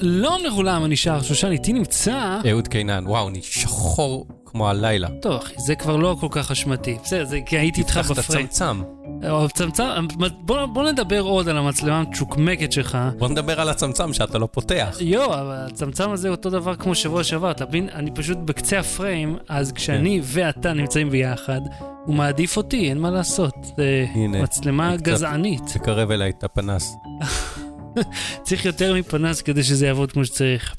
שלום לכולם, אני שר שושן, איתי נמצא... אהוד קינן, וואו, אני שחור כמו הלילה. טוב, אחי, זה כבר לא כל כך אשמתי. בסדר, זה כי הייתי איתך קח את בפריים. הצמצם. או, צמצם, אה, בוא, בוא נדבר עוד על המצלמה המצ'וקמקת שלך. בוא נדבר על הצמצם שאתה לא פותח. יו, אבל הצמצם הזה אותו דבר כמו שבוע שעבר, אתה מבין? אני פשוט בקצה הפריים, אז כשאני כן. ואתה נמצאים ביחד, הוא מעדיף אותי, אין מה לעשות. זה הנה, מצלמה היא קצת- גזענית. תקרב אליי את הפנס. צריך יותר מפנס כדי שזה יעבוד כמו שצריך.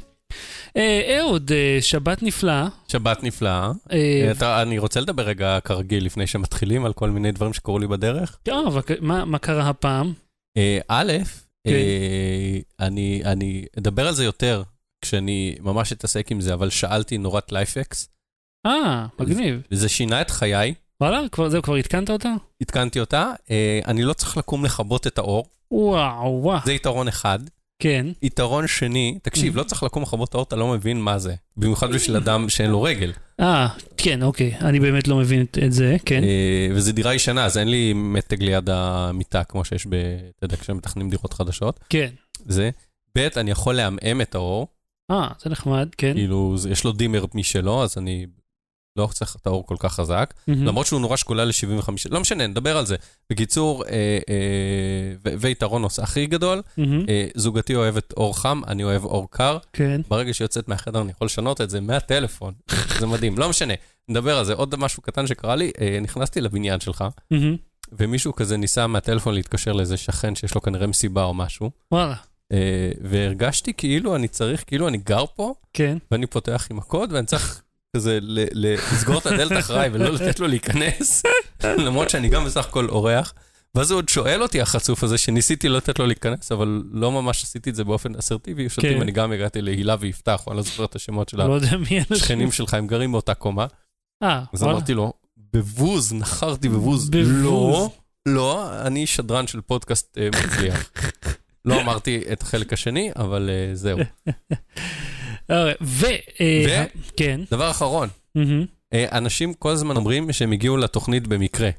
אה, אהוד, אה, שבת נפלאה. שבת נפלאה. אה, אתה- אני רוצה לדבר רגע כרגיל לפני שמתחילים על כל מיני דברים שקרו לי בדרך. אה, אבל מה- מה קרה הפעם? אה, א', כן. אה, אני אני אדבר על זה יותר כשאני ממש אתעסק עם זה, אבל שאלתי נורת לייפקס, אה, מגניב. וזה שינה את חיי, וואלה, כבר- זהו, כבר עדכנת אותה? עדכנתי אותה, אה, אני לא צריך לקום לכבות את האור, וואו, וואו. זה יתרון אחד. כן. יתרון שני, תקשיב, Mhm. לא צריך לקום לכבות האור, אתה לא מבין מה זה. במיוחד בשביל אדם שאין לו רגל. אה, כן, אוקיי. אני באמת לא מבין את- את זה, כן. אה, וזו דירה ישנה, אז אין לי מתג ליד המיטה, כמו שיש ב... אתה יודע, כשמתכננים דירות חדשות. כן. זה. ב', אני יכול לעמעם את האור, אה, זה נחמד, כן. כאילו, זה- יש לו דימר משלו, אז אני לא צריך את האור כל כך חזק. מהמם. למרות שהוא נורא שקולה ל-75, לא משנה, נדבר על זה. בקיצור, אה, אה, ו- ויתרון נוסף הכי גדול, מהמם. אה, זוגתי אוהבת אור חם, אני אוהב אור קר. כן. ברגע שיוצאת מהחדר אני יכול לשנות את זה מהטלפון. זה מדהים, לא משנה. נדבר על זה. עוד משהו קטן שקרה לי, אה, נכנסתי לבניין שלך, מהמם. ומישהו כזה ניסה מהטלפון להתקשר לאיזה שכן שיש לו כנראה מסיבה או משהו, וואלה. אה, והרגשתי כאילו אני צריך, כאילו אני גר פה, כן. ואני פותח עם הקוד, ואני צריך כזה ל- ל- לסגור את הדלת אחריי ולא לתת לו להיכנס, למרות שאני גם בסך הכל אורח. ואז הוא עוד שואל אותי, החצוף הזה, שניסיתי לא לתת לו להיכנס, אבל לא ממש עשיתי את זה באופן אסרטיבי. שותים, כן. אני גם הגעתי להילה ויפתח, או אני לא זוכר את השמות של לא יודע מי השכנים שלך, הם גרים באותה קומה. אה, אז וואלה. אמרתי לו, בבוז, נחרתי בבוז. בבוז. לא, לא, אני שדרן של פודקאסט אה, מצליח. לא אמרתי את החלק השני, אבל אה, זהו. כן. אה, ו... אה, ו- כן. דבר אחרון, מהמם. אה, אנשים כל הזמן אומרים שהם הגיעו לתוכנית במקרה.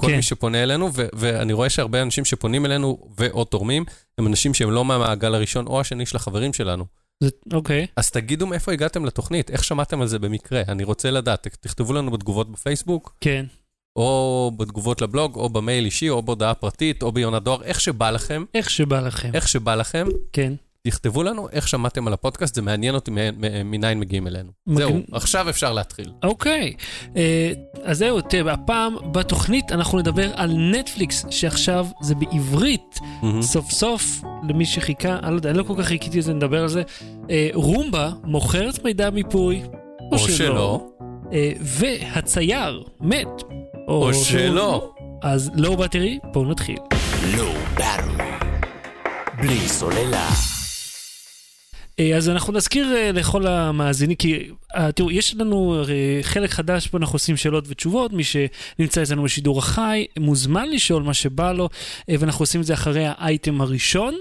כל כן. מי שפונה אלינו, ו- ואני רואה שהרבה אנשים שפונים אלינו ועוד תורמים, הם אנשים שהם לא מהמעגל הראשון או השני של החברים שלנו. זה- אוקיי. אז תגידו מאיפה הגעתם לתוכנית, איך שמעתם על זה במקרה, אני רוצה לדעת. ת- תכתבו לנו בתגובות בפייסבוק, כן. או בתגובות לבלוג, או במייל אישי, או בהודעה פרטית, או ביונת דואר, איך שבא לכם, איך שבא לכם. איך שבא לכם, כן. תכתבו לנו איך שמעתם על הפודקאסט, זה מעניין אותי מאין- מ- מניין מגיעים אלינו. מגניב. זהו, עכשיו אפשר להתחיל. אוקיי, אה, אז זהו, תראה, הפעם בתוכנית אנחנו נדבר על נטפליקס, שעכשיו זה בעברית, מהמם. סוף סוף, למי שחיכה, אני לא יודע, אני לא כל כך חיכיתי לזה, נדבר על זה. אה, רומבה מוכרת מידע מיפוי, או, או שלא, אה, והצייר מת, או שלא. אז לא בטרי, בואו נתחיל. לואו באטרי. בלי סוללה. אה, אז אנחנו נזכיר אה, לכל המאזינים, כי אה, תראו, יש לנו אה, חלק חדש פה, אנחנו עושים שאלות ותשובות, מי שנמצא אצלנו בשידור החי מוזמן לשאול מה שבא לו, אה, ואנחנו עושים את זה אחרי האייטם הראשון.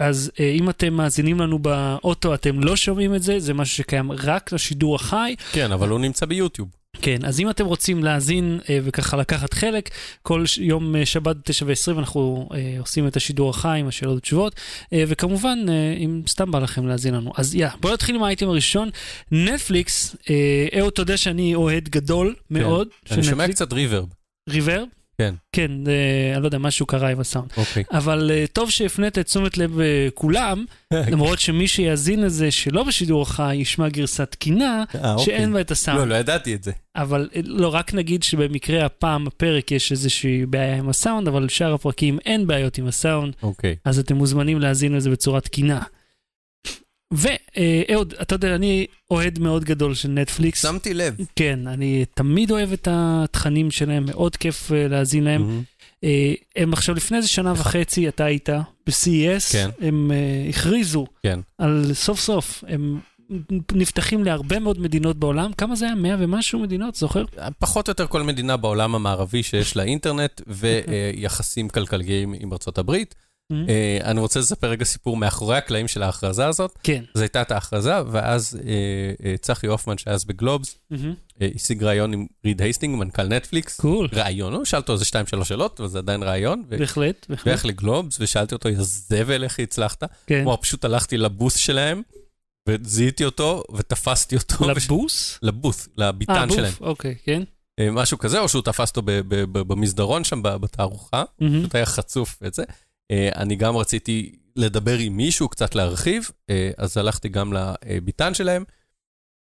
אז אה, אם אתם מאזינים לנו באוטו, אתם לא שומעים את זה, זה משהו שקיים רק לשידור החי. כן, אבל הוא נמצא ביוטיוב. כן, אז אם אתם רוצים להאזין אה, וככה לקחת חלק, כל ש- יום אה, שבת תשע ועשרים אנחנו אה, עושים את השידור החי עם השאלות ותשובות, אה, וכמובן, אה, אם סתם בא לכם להאזין לנו. אז יא, בואו נתחיל עם האייטם הראשון. נטפליקס, אה, אהוד, תודה שאני אוהד גדול מאוד כן, אני שומע קצת ריברב. ריברב? כן. כן, אה, אני לא יודע, משהו קרה עם הסאונד. אוקיי. אבל אה, טוב שהפנית את תשומת לב אה, כולם, למרות שמי שיאזין לזה שלא בשידור החי ישמע גרסת תקינה, שאין בה את הסאונד. אה, לא, לא ידעתי את זה. אבל לא, רק נגיד שבמקרה הפעם בפרק יש איזושהי בעיה עם הסאונד, אבל שאר הפרקים אין בעיות עם הסאונד, אוקיי. אז אתם מוזמנים להאזין לזה בצורה תקינה. ואהוד, אתה יודע, אני אוהד מאוד גדול של נטפליקס. שמתי לב. כן, אני תמיד אוהב את התכנים שלהם, מאוד כיף אה, להאזין Mm. להם. אה, הם עכשיו, לפני איזה שנה וחצי אתה היית ב-CES, כן. הם אה, הכריזו כן. על סוף סוף, הם נפתחים להרבה מאוד מדינות בעולם, כמה זה היה? 100 ומשהו מדינות, זוכר? פחות או יותר כל מדינה בעולם המערבי שיש לה אינטרנט ויחסים כלכליים עם ארצות הברית. אה, אני רוצה לספר רגע סיפור מאחורי הקלעים של ההכרזה הזאת. כן. זו הייתה את ההכרזה, ואז אה, אה, צחי הופמן, שהיה אז בגלובס, אה, השיג ראיון עם ריד הייסטינג, מנכ"ל נטפליקס. קול, ראיון, הוא שאל אותו איזה שתיים, שלוש שאלות, וזה עדיין ראיון. ו- בהחלט, בהחלט. והלך לגלובס, ושאלתי אותו, יא זבל, איך הצלחת? כן. כלומר, פשוט הלכתי לבוס שלהם, וזיהיתי אותו ותפסתי אותו. וש- לבוס? לבוס, אה, לביתן שלהם. בוף, אוקיי, כן. אה, משהו כזה, או שהוא תפס אותו ב- ב- ב- במסדרון שם, ב- בתערוכה. מהמם. פשוט היה חצוף ואת זה. אה, אני גם רציתי לדבר עם מישהו, קצת להרחיב, אה, אז הלכתי גם לביתן שלהם,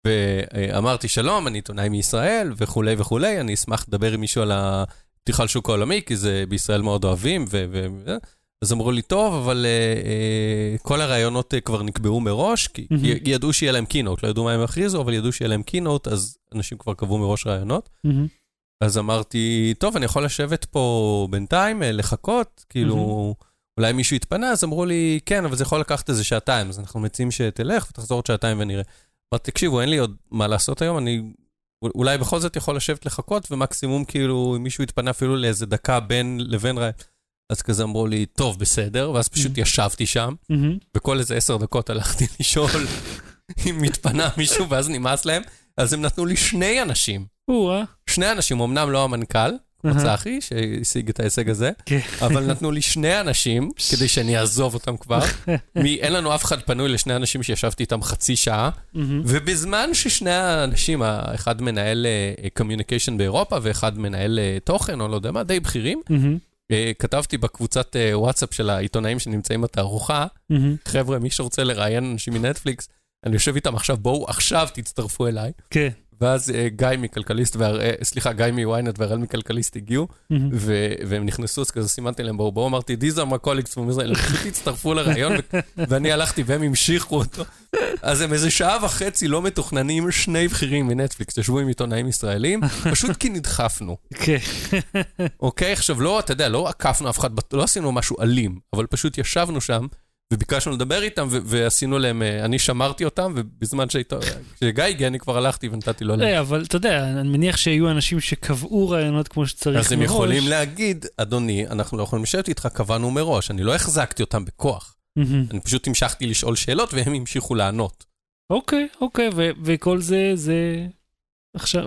ואמרתי, שלום, אני עיתונאי מישראל, וכולי וכולי, אני אשמח לדבר עם מישהו על הפתיחה לשוק העולמי, כי זה בישראל מאוד אוהבים, ו... ו- ו- אז אמרו לי, טוב, אבל אה, אה, כל הרעיונות אה, כבר נקבעו מראש, כי, מהמם. כי ידעו שיהיה להם קינוט, לא ידעו מה הם יכריזו, אבל ידעו שיהיה להם קינוט, אז אנשים כבר קבעו מראש רעיונות. מהמם. אז אמרתי, טוב, אני יכול לשבת פה בינתיים, אה, לחכות, כאילו, אולי מישהו יתפנה, אז אמרו לי, כן, אבל זה יכול לקחת איזה שעתיים, אז אנחנו מציעים שתלך ותחזור עוד שעתיים ונראה. אמרתי, תקשיבו, אין לי עוד מה לעשות היום, אני אולי בכל זאת יכול לשבת לחכות, ומקסימום, כאילו, אם מישהו יתפנה אפילו לאיזה דקה בין לבין רעי... אז כזה אמרו לי, טוב, בסדר, ואז פשוט Mhm. ישבתי שם, מהמם. וכל איזה עשר דקות הלכתי לשאול אם התפנה מישהו, ואז נמאס להם, אז הם נתנו לי שני אנשים. או-אה. שני אנשים, אמנם לא המנכ"ל, כמו צחי, שהשיג את ההישג הזה, כן. אבל נתנו לי שני אנשים, כדי שאני אעזוב אותם כבר. מי- אין לנו אף אחד פנוי לשני אנשים שישבתי איתם חצי שעה, מהמם. ובזמן ששני האנשים, אחד מנהל קומיוניקיישן באירופה ואחד מנהל אה, תוכן, או לא יודע מה, די בכירים, מהמם. אה, כתבתי בקבוצת אה, וואטסאפ של העיתונאים שנמצאים בתערוכה, מהמם. חבר'ה, מי שרוצה לראיין אנשים מנטפליקס, אני יושב איתם עכשיו, בואו עכשיו תצטרפו אליי. כן. ואז אה, גיא מכלכליסט, והראל- סליחה, גיא מ-ynet והראל מכלכליסט הגיעו, מהמם. ו- והם נכנסו, אז כזה סימנתי להם, בואו, בואו, אמרתי, These are my colleagues from Israel, הם פשוט הצטרפו לרעיון, ו- ואני הלכתי והם המשיכו אותו. אז הם איזה שעה וחצי לא מתוכננים, שני בכירים מנטפליקס, ישבו עם עיתונאים ישראלים, פשוט כי נדחפנו, כן. אוקיי? עכשיו, לא, אתה יודע, לא עקפנו אף אחד, בת- לא עשינו משהו אלים, אבל פשוט ישבנו שם. וביקשנו לדבר איתם, ו- ועשינו להם, אה, אני שמרתי אותם, ובזמן שהיית- כשגיא הגיע, אני כבר הלכתי ונתתי לו אה, אבל אתה יודע, אני מניח שהיו אנשים שקבעו רעיונות כמו שצריך מראש. אז הם יכולים להגיד, אדוני, אנחנו לא יכולים לשבת איתך, קבענו מראש. אני לא החזקתי אותם בכוח. מהמם. אני פשוט המשכתי לשאול שאלות והם המשיכו לענות. אוקיי, אוקיי, ו- וכל זה, זה... עכשיו,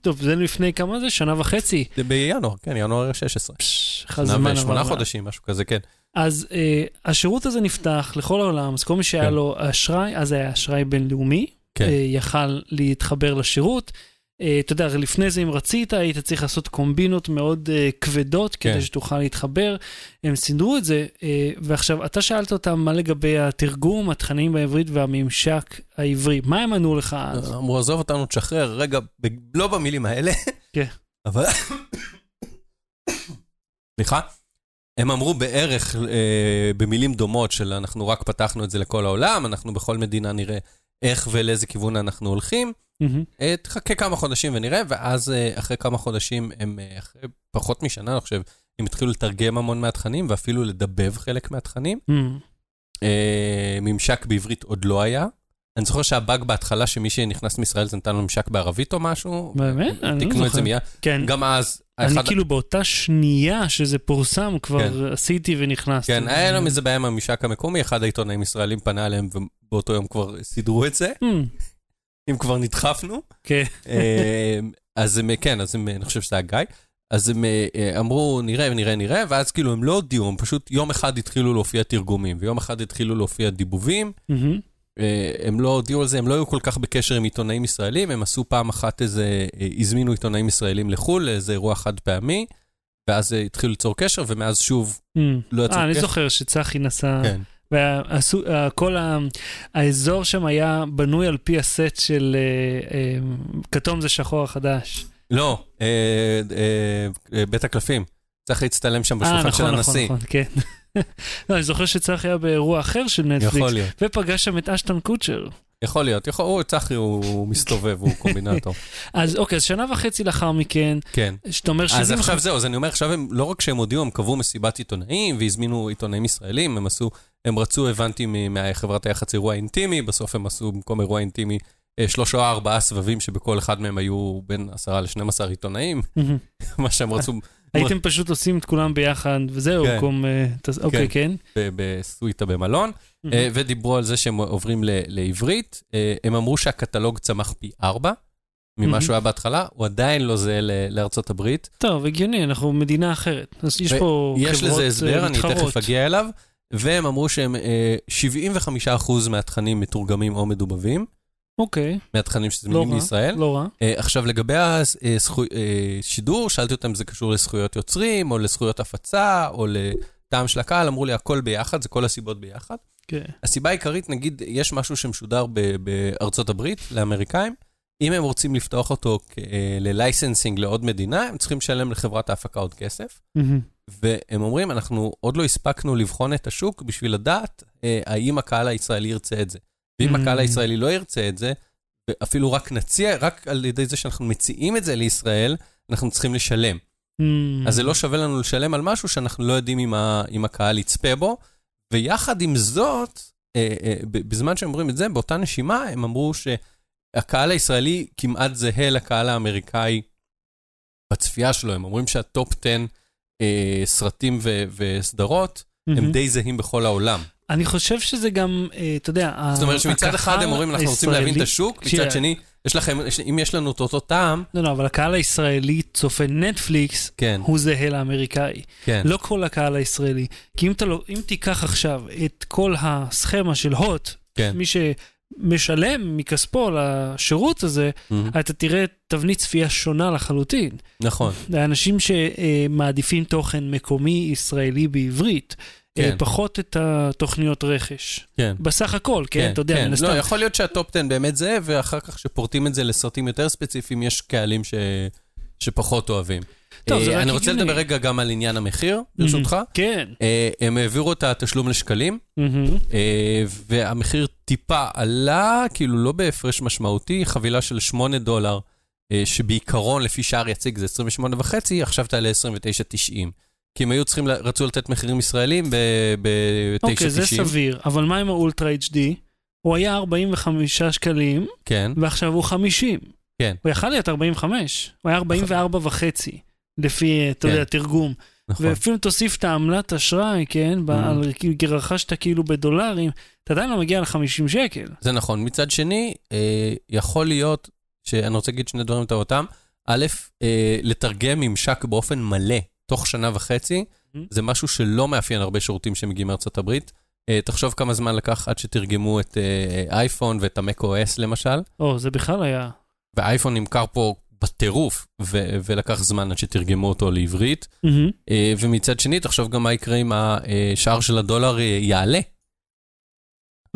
טוב, זה לפני כמה זה? שנה וחצי. זה בינואר, כן, ינואר 16. פש, איך שנה הזמן ושמונה עבר. חודשים, משהו כזה, כן. אז אה, השירות הזה נפתח לכל העולם, אז כל מי שהיה כן. לו אשראי, אז היה אשראי בינלאומי, כן. אה, יכל להתחבר לשירות. אה, אתה יודע, לפני זה, אם רצית, היית צריך לעשות קומבינות מאוד אה, כבדות כן. כדי שתוכל להתחבר. הם סידרו את זה, אה, ועכשיו, אתה שאלת אותם מה לגבי התרגום, התכנים בעברית והממשק העברי. מה הם ענו לך אז? אמרו, עזוב אותנו, תשחרר, רגע, ב- לא במילים האלה. כן. אבל... סליחה? הם אמרו בערך, אה, במילים דומות, של אנחנו רק פתחנו את זה לכל העולם, אנחנו בכל מדינה נראה איך ולאיזה כיוון אנחנו הולכים. מהמם. אה, תחכה כמה חודשים ונראה, ואז אה, אחרי כמה חודשים, הם, אה, אחרי פחות משנה, אני חושב, הם התחילו לתרגם המון מהתכנים, ואפילו לדבב חלק מהתכנים. מהמם. אה, ממשק בעברית עוד לא היה. אני זוכר שהבאג בהתחלה, שמי שנכנס מישראל, זה נתן לו ממשק בערבית או משהו. באמת? אני לא תיקנו את זוכר. זה מיד. כן, גם אז, אני האחד... כאילו באותה שנייה שזה פורסם, כבר כן. עשיתי ונכנסתי. כן, היה לנו איזה בעיה עם הממשק המקומי, אחד העיתונאים ישראלים פנה אליהם, ובאותו יום כבר סידרו את זה, מהמם. אם כבר נדחפנו. כן. אה, אז הם, כן, אז הם, אני חושב שזה היה גיא. אז הם אה, אה, אמרו, נראה, נראה, נראה, ואז כאילו הם לא הודיעו, הם פשוט יום אחד התחילו להופיע תרגומים, ויום אחד התחילו להופיע דיבובים. מהמם. אה, הם לא הודיעו על זה, הם לא היו כל כך בקשר עם עיתונאים ישראלים, הם עשו פעם אחת איזה, אה, הזמינו עיתונאים ישראלים לחו"ל, לאיזה אירוע חד פעמי, ואז אה, התחילו ליצור קשר, ומאז שוב מהמם. לא יצרו קשר. אה, אני זוכר שצחי נסע, כן, וכל האזור שם היה בנוי על פי הסט של אה, אה, כתום זה שחור החדש. לא, אה, אה, אה, בית הקלפים. צריך להצטלם שם אה, בשולחן של נכון, נכון, הנשיא. נכון, כן. לא, אני זוכר שצחי היה באירוע אחר של יכול נטפליקס, להיות, ופגש שם את אשטון קוצ'ר. יכול להיות. יכול- הוא, צחי הוא מסתובב, הוא קומבינטור. אז אוקיי, אז שנה וחצי לאחר מכן, כן. שאתה אומר אז שזה... עכשיו זהו, אז אני אומר, עכשיו הם, לא רק שהם הודיעו, הם קבעו מסיבת עיתונאים והזמינו עיתונאים ישראלים, הם עשו, הם רצו, הבנתי מ- מחברת היח"צ אירוע אינטימי, בסוף הם עשו במקום אירוע אינטימי אה, שלושה או ארבעה סבבים שבכל אחד מהם היו בין עשרה לשנים עשר עיתונאים, מהמם. מה שהם רצו, הייתם פשוט עושים את כולם ביחד, וזהו, כן. במקום... אה, תס- אוקיי, כן. ב- בסוויטה במלון, אה, ודיברו על זה שהם עוברים ל- לעברית. אה, הם אמרו שהקטלוג צמח פי ארבע ממה מהמם. שהוא היה בהתחלה, הוא עדיין לא זהה ל- לארצות הברית. טוב, הגיוני, אנחנו מדינה אחרת. אז יש ו- פה חברות אה, מתחרות. יש לזה הסבר, אני תכף אגיע אליו. והם אמרו שהם אה, 75% מהתכנים מתורגמים או מדובבים, אוקיי, מהתכנים לא שזמינים רע. לישראל. לא רע. אה, עכשיו, לגבי אה, השידור, שאלתי אותם אם זה קשור לזכויות יוצרים, או לזכויות הפצה, או לטעם של הקהל, אמרו לי, הכל ביחד, זה כל הסיבות ביחד. כן. הסיבה העיקרית, נגיד, יש משהו שמשודר ב- בארצות הברית, לאמריקאים, אם הם רוצים לפתוח אותו כ- אה, ללייסנסינג לעוד מדינה, הם צריכים לשלם לחברת ההפקה עוד כסף. מהמם. והם אומרים, אנחנו עוד לא הספקנו לבחון את השוק בשביל לדעת אה, האם הקהל הישראלי ירצה את זה. ואם Mm. הקהל הישראלי לא ירצה את זה, אפילו רק נציע, רק על ידי זה שאנחנו מציעים את זה לישראל, אנחנו צריכים לשלם. מהמם. אז זה לא שווה לנו לשלם על משהו שאנחנו לא יודעים אם, ה, אם הקהל יצפה בו. ויחד עם זאת, אה, אה, ב- בזמן שהם אומרים את זה, באותה נשימה הם אמרו שהקהל הישראלי כמעט זהה לקהל האמריקאי בצפייה שלו. הם אומרים שהטופ 10 אה, סרטים ו, וסדרות, מהמם. הם די זהים בכל העולם. אני חושב שזה גם, אה, אתה יודע, זאת אומרת שמצד אחד הם אומרים, אנחנו רוצים להבין את השוק, מצד שנייה. שני, יש לכם, יש- אם יש לנו את אותו טעם, לא, לא, אבל הקהל הישראלי צופה נטפליקס, כן, הוא זהה לאמריקאי. כן. לא כל הקהל הישראלי. כי אם, אתה לא, אם תיקח עכשיו את כל הסכמה של הוט, כן. מי שמשלם מכספו לשירות הזה, מהמם. אתה תראה תבנית צפייה שונה לחלוטין. נכון, האנשים שמעדיפים תוכן מקומי ישראלי בעברית, אה, כן. פחות את התוכניות רכש. כן. בסך בסך הכל, כן, אתה יודע, מן הסתם. לא, יכול להיות שהטופ 10 באמת זה, ואחר כך שפורטים את זה לסרטים יותר ספציפיים, יש קהלים ש... שפחות אוהבים. טוב, זה אה, רק אני רוצה הגיוני. לדבר רגע גם על עניין המחיר, ברשותך. כן. אה, הם העבירו את התשלום לשקלים, מהמם. אה, והמחיר טיפה עלה, כאילו לא בהפרש משמעותי, חבילה של 8 דולר, אה, שבעיקרון לפי שער יציג זה 28 וחצי, עכשיו תעלה 29.90. כי הם היו צריכים, ל- רצו לתת מחירים ישראלים ב-9.90. אוקיי, זה סביר, אבל מה עם האולטרה HD? הוא היה 45 שקלים, כן, ועכשיו הוא 50. כן. הוא יכל להיות 45, הוא היה 44 וחצי, לפי, אה, אתה יודע, תרגום. כן. נכון. ואפילו תוסיף את העמלת אשראי, כן? ב- על- כאילו, כי רכשת כאילו בדולרים, אתה עדיין לא מגיע ל-50 שקל. זה נכון. מצד שני, אה, יכול להיות, שאני רוצה להגיד שני דברים לטובתם. א', אה, לתרגם ממשק באופן מלא תוך שנה וחצי, Mhm. זה משהו שלא מאפיין הרבה שירותים שמגיעים מארצות הברית. אה, תחשוב כמה זמן לקח עד שתרגמו את אה, אייפון ואת המק OS למשל, או, זה בכלל היה... ואייפון נמכר פה בטירוף, ו- ולקח זמן עד שתרגמו אותו לעברית. מהמם. אה, ומצד שני, תחשוב גם מה יקרה אם השער של הדולר אה, יעלה.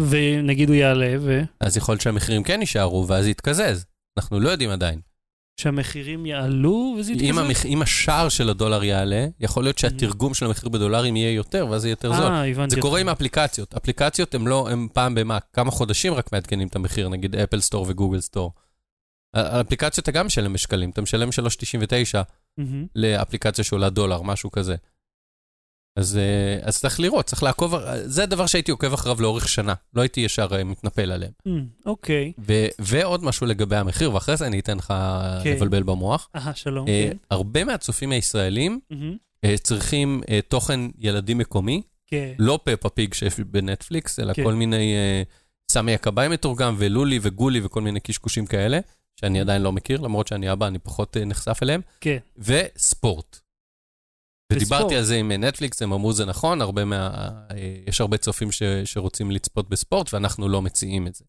ונגיד הוא יעלה, אז יכול להיות שהמחירים כן יישארו, ואז יתקזז. אנחנו לא יודעים עדיין. ושהמחירים יעלו, וזה אם, יתקזז. המח... אם השער של הדולר יעלה, יכול להיות שהתרגום של המחיר בדולרים יהיה יותר, ואז יהיה יותר זול. Mm. אה, הבנתי. זה אותך. קורה עם אפליקציות. אפליקציות הם לא, הם פעם במה, כמה חודשים רק מעדכנים את המחיר, נגיד אפל סטור וגוגל סטור. על- על אפליקציות אתה גם משלם בשקלים, אתה משלם 3.99 מהמם. לאפליקציה שעולה דולר, משהו כזה. אז, אה, אז צריך לראות, צריך לעקוב, אה, זה הדבר שהייתי עוקב אחריו לאורך שנה, לא הייתי ישר אה, מתנפל עליהם. מהמם. אוקיי. ו, ועוד משהו לגבי המחיר, ואחרי זה אני אתן לך כן. לבלבל במוח. אה, שלום. אה, כן. הרבה מהצופים הישראלים מהמם. אה, צריכים אה, תוכן ילדים מקומי, כן. לא פפה פיג שיש בנטפליקס, אלא כן. כל מיני אה, סמי הכבאי מתורגם ולולי וגולי וכל מיני קשקושים כאלה, שאני עדיין לא מכיר, למרות שאני אבא, אני פחות אה, נחשף אליהם, כן. וספורט. וספורט. ודיברתי על זה עם אה, נטפליקס, הם אמרו זה נכון, הרבה מה... אה, יש הרבה צופים ש... שרוצים לצפות בספורט, ואנחנו לא מציעים את זה.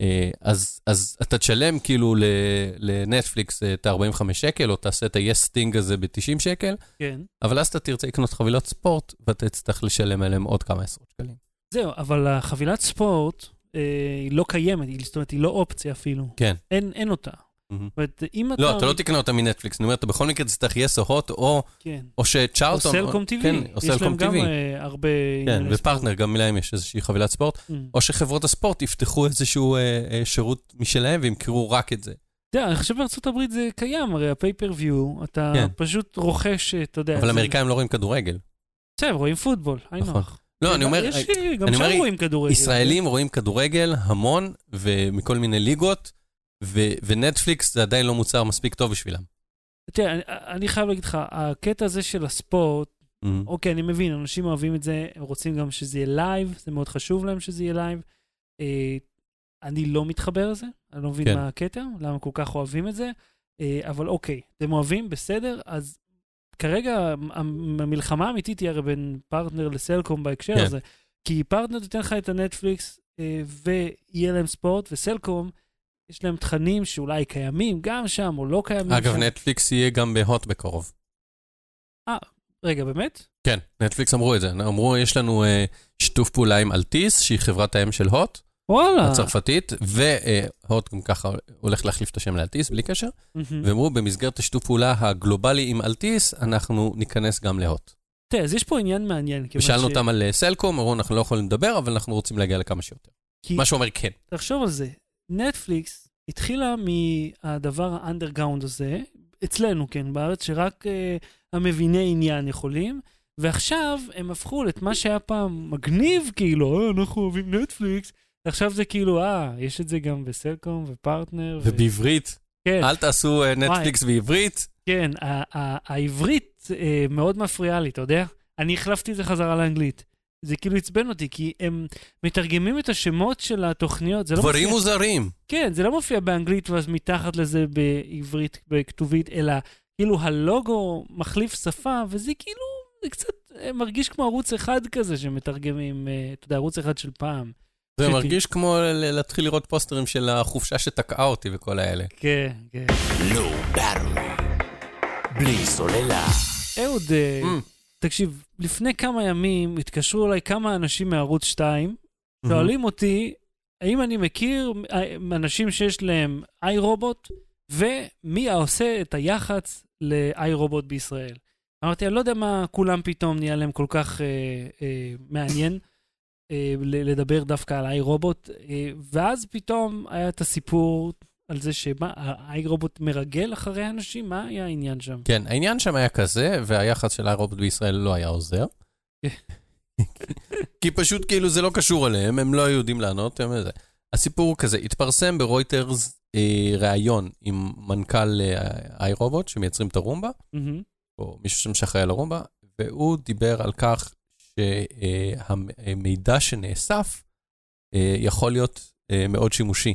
אה, אז, אז אתה תשלם כאילו ל... לנטפליקס אה, את ה-45 שקל, או תעשה את ה-yes sting הזה ב-90 שקל, כן. אבל אז אתה תרצה לקנות חבילות ספורט, ואתה תצטרך לשלם עליהם עוד כמה עשרות שקלים. זהו, אבל החבילת ספורט אה, היא לא קיימת, היא- זאת אומרת, היא לא אופציה אפילו. כן. אין, אין אותה. זאת אומרת, אם אתה... לא, אתה לא תקנה אותם מנטפליקס, אני אומר, אתה בכל מקרה תצטרך יס או הוט, או כן. או או שצ'ארלטון... סלקום TV. כן, או סלקום יש להם גם TV. אה, הרבה... כן, ענייני ופרטנר, גם להם יש איזושהי חבילת ספורט. ספורט. Mm. או שחברות הספורט יפתחו איזשהו אה, אה, שירות משלהם וימכרו רק את זה. אתה יודע, אני חושב בארצות הברית זה קיים, הרי הפייפריוויו, אתה כן. פשוט רוכש, אה, אתה יודע... אבל זה- אמריקאים לא רואים כדורגל. בסדר, רואים פוטבול, היינו. נכון. לא, אני אומר, כן, יש, אה, גם אני שם אומר, רואים כדורגל. ישראלים רואים כדורגל המון ומכל מיני ליגות, ו- ונטפליקס זה עדיין לא מוצר מספיק טוב בשבילם. תראה, אני, אני חייב להגיד לך, הקטע הזה של הספורט, אוקיי, אני מבין, אנשים אוהבים את זה, הם רוצים גם שזה יהיה לייב, זה מאוד חשוב להם שזה יהיה לייב. אה, אני לא מתחבר לזה, אני לא מבין כן. מה הקטע, למה כל כך אוהבים את זה, אה, אבל אוקיי, אתם אוהבים, בסדר, אז כרגע המ- המלחמה האמיתית היא הרי בין פרטנר לסלקום בהקשר כן. הזה. כי פרטנר תיתן לך את הנטפליקס אה, ויהיה להם ספורט, וסלקום, יש להם תכנים שאולי קיימים גם שם או לא קיימים אגב, שם. נטפליקס יהיה גם בהוט בקרוב. רגע, באמת? כן, נטפליקס אמרו את זה. אמרו, יש לנו אה, שיתוף פעולה עם אלטיס, שהיא חברת האם של הוט, וואלה. הצרפתית, והוט גם ככה הולך להחליף את השם לאלטיס, בלי קשר, מהמם. ואמרו, במסגרת השיתוף פעולה הגלובלי עם אלטיס, אנחנו ניכנס גם להוט. תראה, אז יש פה עניין מעניין. כיוון ושאלנו ש- אותם על אה, סלקום, אמרו, אנחנו לא יכולים לדבר, אבל אנחנו רוצים להגיע לכמה שיותר. כי- מה שאומר כן. תחשוב על זה, נטפליקס התחילה מהדבר האנדרגאונד הזה, אצלנו, כן, בארץ, שרק אה, המביני עניין יכולים, ועכשיו הם הפכו את מה שהיה פעם מגניב, כאילו, אה, אנחנו אוהבים נטפליקס, ועכשיו זה כאילו, אה, יש את זה גם בסלקום ופרטנר. ו... ובעברית, כן, אל תעשו אה, נטפליקס בעברית. כן, ה- ה- העברית אה, מאוד מפריעה לי, אתה יודע? אני החלפתי את זה חזרה לאנגלית. זה כאילו עצבן אותי, כי הם מתרגמים את השמות של התוכניות, זה לא דברים מופיע- מוזרים. כן, זה לא מופיע באנגלית ואז מתחת לזה בעברית, בכתובית, אלא כאילו הלוגו מחליף שפה, וזה כאילו, זה קצת אה, מרגיש כמו ערוץ אחד כזה שמתרגמים, אה, אתה יודע, ערוץ אחד של פעם. זה שתי. מרגיש כמו ל- להתחיל לראות פוסטרים של החופשה שתקעה אותי וכל האלה. כן, כן. לואו ברל. לא בלי סוללה. אהוד, אה, Mm. תקשיב, לפני כמה ימים התקשרו אליי כמה אנשים מערוץ 2, Mm-hmm. שואלים אותי האם אני מכיר אה, אנשים שיש להם איי רובוט, ומי העושה את היח"צ לאיי רובוט בישראל. אמרתי, אני לא יודע מה כולם פתאום נהיה להם כל כך אה, אה, מעניין אה, ל- לדבר דווקא על איי רובוט, אה, ואז פתאום היה את הסיפור על זה שמה, האיי רובוט מרגל אחרי אנשים? מה היה העניין שם? כן, העניין שם היה כזה, והיחס של הרובוט בישראל לא היה עוזר. כי פשוט כאילו זה לא קשור אליהם, הם לא היו יודעים לענות. הם זה. הסיפור הוא כזה, התפרסם ברויטרס אה, ראיון עם מנכ"ל אה, איי רובוט שמייצרים את הרומבה, מהמם. או מישהו שם שאחראי על הרומבה, והוא דיבר על כך שהמידע שנאסף אה, יכול להיות אה, מאוד שימושי.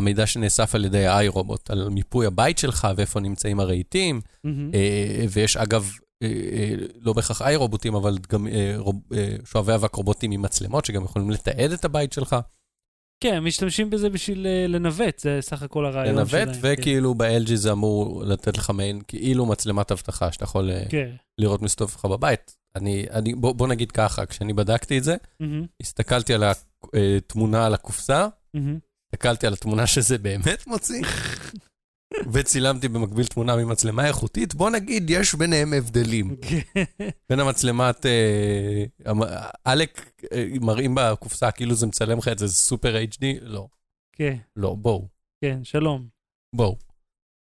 המידע שנאסף על ידי האיי רובוט, על מיפוי הבית שלך ואיפה נמצאים הרהיטים, מהמם. אה, ויש אגב, אה, אה, לא בהכרח איי רובוטים, אבל גם אה, רוב- אה, שואבי אבק רובוטים עם מצלמות, שגם יכולים לתעד את הבית שלך, כן, משתמשים בזה בשביל אה, לנווט, זה סך הכל הרעיון שלהם. כן. לנווט, וכאילו ב-LG זה אמור לתת לך מעין כאילו מצלמת אבטחה, שאתה יכול אה, כן. לראות מסתובב לך בבית. אני, אני- בוא בוא נגיד ככה, כשאני בדקתי את זה, מהמם. הסתכלתי על התמונה על הקופסה, מהמם. הסתכלתי על התמונה שזה באמת מוציא, וצילמתי במקביל תמונה ממצלמה איכותית, בוא נגיד, יש ביניהם הבדלים. כן. בין המצלמת, אה, המ- עלק אה, מראים בקופסה כאילו זה מצלם לך את זה, זה סופר HD? לא, כן, לא, בואו, כן, שלום. בואו.